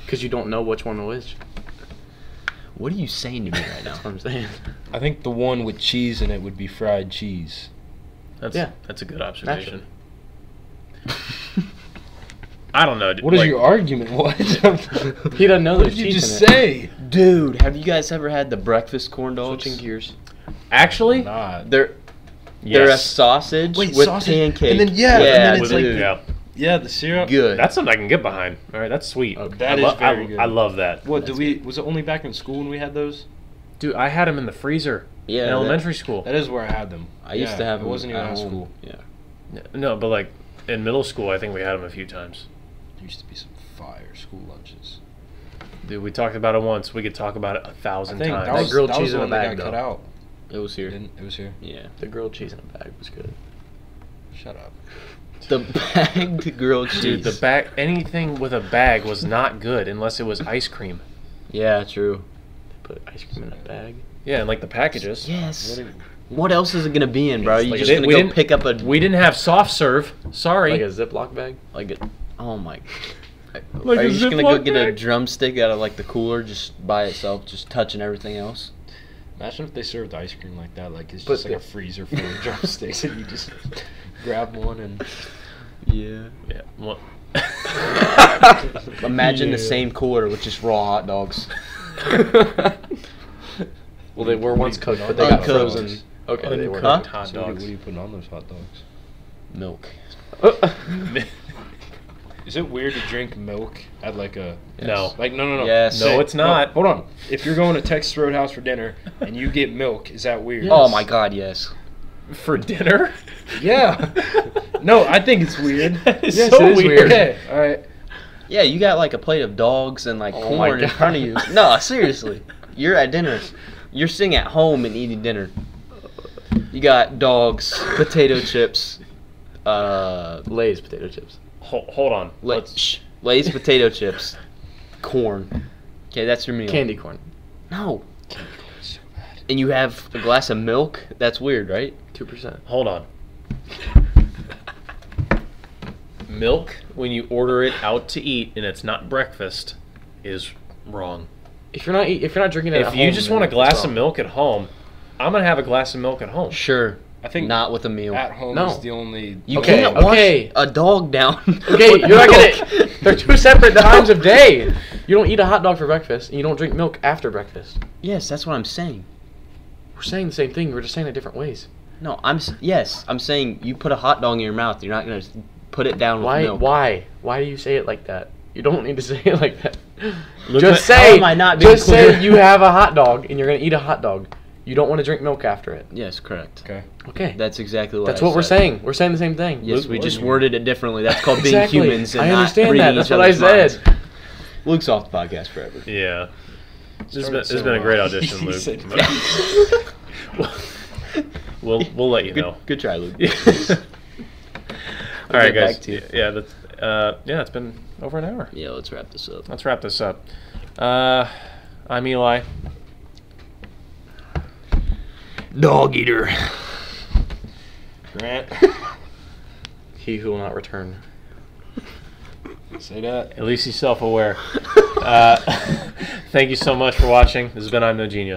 Speaker 4: Because you don't know which one which.
Speaker 5: What are you saying to me right
Speaker 4: That's
Speaker 5: now?
Speaker 4: what I'm saying.
Speaker 3: I think the one with cheese in it would be fried cheese.
Speaker 2: That's,
Speaker 4: Yeah.
Speaker 2: that's a good observation. I don't know. dude,
Speaker 3: What is
Speaker 2: like,
Speaker 3: your argument? What?
Speaker 4: He doesn't know
Speaker 3: what
Speaker 4: there's
Speaker 3: did you
Speaker 4: cheese
Speaker 3: just
Speaker 4: in it.
Speaker 3: say?
Speaker 5: Dude, have you guys ever had the breakfast corn dogs?
Speaker 4: Switching gears.
Speaker 2: actually?
Speaker 3: Nah.
Speaker 5: They're they're a
Speaker 2: Yes.
Speaker 5: sausage
Speaker 3: Wait,
Speaker 5: with
Speaker 3: sausage,
Speaker 5: pancake.
Speaker 3: and then- yeah, and then it's
Speaker 2: With-
Speaker 5: dude.
Speaker 2: yeah.
Speaker 3: Yeah, the syrup.
Speaker 5: good.
Speaker 2: That's something I can get behind. All right, that's sweet.
Speaker 4: Okay.
Speaker 3: That
Speaker 2: I
Speaker 3: is
Speaker 2: lo-
Speaker 3: very
Speaker 2: I,
Speaker 3: good.
Speaker 2: I love that.
Speaker 3: What? Did we? Was it only back in school when we had those?
Speaker 2: Dude, I had them in the freezer
Speaker 5: yeah,
Speaker 2: in
Speaker 5: that-
Speaker 2: elementary school.
Speaker 3: That is where I had them.
Speaker 5: I used
Speaker 3: Yeah,
Speaker 5: to have.
Speaker 3: It
Speaker 5: them
Speaker 3: wasn't even
Speaker 5: at
Speaker 3: at
Speaker 5: home.
Speaker 3: school.
Speaker 5: Yeah.
Speaker 2: No, but like in middle school, I think we had them a few times.
Speaker 3: There used to be some fire school lunches.
Speaker 2: Dude, we talked about it once. We could talk about it a
Speaker 3: I
Speaker 2: thousand
Speaker 3: think
Speaker 2: times.
Speaker 3: that was,
Speaker 4: grilled
Speaker 3: that
Speaker 4: cheese
Speaker 3: was the
Speaker 4: in a
Speaker 3: one that
Speaker 4: bag,
Speaker 3: got cut
Speaker 4: though.
Speaker 3: out.
Speaker 5: It was
Speaker 3: It
Speaker 5: here.
Speaker 3: didn't- it was here.
Speaker 5: Yeah.
Speaker 4: The grilled cheese in a bag was good.
Speaker 3: Shut up.
Speaker 5: The bagged grilled cheese.
Speaker 2: Dude, the bag, anything with a bag was not good unless it was ice cream.
Speaker 5: Yeah, true.
Speaker 4: They put ice cream in a bag.
Speaker 2: Yeah, and like the packages.
Speaker 5: Yes.
Speaker 3: What
Speaker 5: What,
Speaker 3: did-
Speaker 5: else is it gonna be in, bro?
Speaker 2: It's
Speaker 5: You
Speaker 2: like-
Speaker 5: just
Speaker 2: we
Speaker 5: gonna go
Speaker 2: didn't-
Speaker 5: pick up a
Speaker 2: We didn't have soft serve. Sorry.
Speaker 4: Like a Ziploc bag.
Speaker 5: like a oh my.
Speaker 2: Like
Speaker 5: Are
Speaker 2: a
Speaker 5: you just gonna
Speaker 2: Ziploc
Speaker 5: go get a
Speaker 2: bag?
Speaker 5: drumstick out of like the cooler just by itself, just touching everything else?
Speaker 3: Imagine if they served ice cream like that. Like it's
Speaker 4: But
Speaker 3: just like
Speaker 4: the-
Speaker 3: a freezer full of drumsticks, and you just grab one and.
Speaker 5: Yeah.
Speaker 2: yeah. What?
Speaker 5: Imagine the
Speaker 3: Yeah.
Speaker 5: same cooler with just raw hot dogs.
Speaker 4: Well, they were once cooked, but they
Speaker 5: on
Speaker 4: got
Speaker 5: those hot
Speaker 4: frozen.
Speaker 5: dogs?
Speaker 4: Okay, they were.
Speaker 2: Uncooked
Speaker 5: Huh?
Speaker 2: hot
Speaker 3: So what,
Speaker 2: dogs.
Speaker 3: do you, what are you putting on those hot dogs?
Speaker 5: Milk.
Speaker 3: Is it weird to drink milk at like a
Speaker 2: No.
Speaker 3: like no no no
Speaker 5: Yes.
Speaker 2: No, it's not.
Speaker 3: hold on. If you're going to Texas Roadhouse for dinner and you get milk, is that weird?
Speaker 5: Oh my god, yes.
Speaker 2: For dinner?
Speaker 3: Yeah. no, I think it's weird.
Speaker 2: That is
Speaker 4: Yes,
Speaker 2: so
Speaker 4: it is
Speaker 2: weird.
Speaker 4: weird.
Speaker 3: Okay, all right.
Speaker 5: Yeah, you got like a plate of dogs and like
Speaker 4: Oh my
Speaker 5: corn in
Speaker 4: God.
Speaker 5: front of you. No, seriously. You're at dinner. You're sitting at home and eating dinner. You got dogs, potato chips, uh,
Speaker 4: Lay's potato chips.
Speaker 2: Ho- hold on.
Speaker 5: la-
Speaker 2: Let's.
Speaker 5: shh, Lay's potato chips, corn. Okay, that's your meal.
Speaker 4: Candy corn.
Speaker 5: No. And you have a glass of milk? That's weird, right?
Speaker 4: 2%.
Speaker 2: Hold on. Milk, when you order it out to eat and it's not breakfast, is wrong.
Speaker 4: If you're not eat, if you're not drinking it at
Speaker 2: If you
Speaker 4: home,
Speaker 2: just
Speaker 4: then
Speaker 2: want a
Speaker 4: it's
Speaker 2: glass of
Speaker 4: wrong.
Speaker 2: milk at home, I'm gonna have a glass of milk at home.
Speaker 5: Sure.
Speaker 3: I think
Speaker 5: not with a meal.
Speaker 3: at home
Speaker 4: No.
Speaker 3: is the only.
Speaker 5: You
Speaker 4: Okay,
Speaker 5: can't
Speaker 4: okay.
Speaker 5: wash a dog down.
Speaker 4: Okay,
Speaker 5: with
Speaker 4: you're not gonna.
Speaker 5: milk.
Speaker 4: They're two separate times of day. You don't eat a hot dog for breakfast, and you don't drink milk after breakfast.
Speaker 5: Yes, that's what I'm saying.
Speaker 4: We're saying the same thing. We're just saying it different ways.
Speaker 5: No, I'm s- yes, I'm saying you put a hot dog in your mouth. You're not gonna s- put it down with
Speaker 4: Why?
Speaker 5: milk.
Speaker 4: Why? Why do you say it like that? You don't need to say it like that. just
Speaker 5: at-
Speaker 4: say.
Speaker 5: how am I not being
Speaker 4: just
Speaker 5: clear?
Speaker 4: say you have a hot dog and you're gonna eat a hot dog. You don't want to drink milk after it.
Speaker 5: Yes, correct.
Speaker 3: Okay.
Speaker 4: Okay.
Speaker 5: That's exactly what.
Speaker 4: That's
Speaker 5: I
Speaker 4: what we're
Speaker 5: said.
Speaker 4: saying. We're saying the same thing.
Speaker 5: Yes,
Speaker 3: Luke
Speaker 5: we just
Speaker 3: wasn't.
Speaker 5: worded it differently. That's called being
Speaker 4: Exactly.
Speaker 5: humans and
Speaker 4: I
Speaker 5: not
Speaker 4: understand
Speaker 5: reading
Speaker 4: that. That's
Speaker 5: each
Speaker 4: what I
Speaker 5: other's
Speaker 4: said.
Speaker 5: minds. Luke's off the podcast forever.
Speaker 2: Yeah. This has been,
Speaker 3: Started
Speaker 2: this has
Speaker 3: so
Speaker 2: been a great
Speaker 3: well.
Speaker 2: audition,
Speaker 3: He
Speaker 2: Luke.
Speaker 3: said-
Speaker 2: we'll, we'll let you
Speaker 5: good,
Speaker 2: know.
Speaker 5: good try, Luke.
Speaker 2: All right,
Speaker 5: get
Speaker 2: guys.
Speaker 5: back to you.
Speaker 2: Yeah, that's, uh, yeah, it's been over an hour.
Speaker 5: yeah, let's wrap this up.
Speaker 2: Let's wrap this up. Uh, I'm Eli.
Speaker 5: Dog eater.
Speaker 3: Grant,
Speaker 4: He who will not return.
Speaker 3: say that.
Speaker 2: At least he's self-aware. uh, thank you so much for watching. This has been I'm No Genius.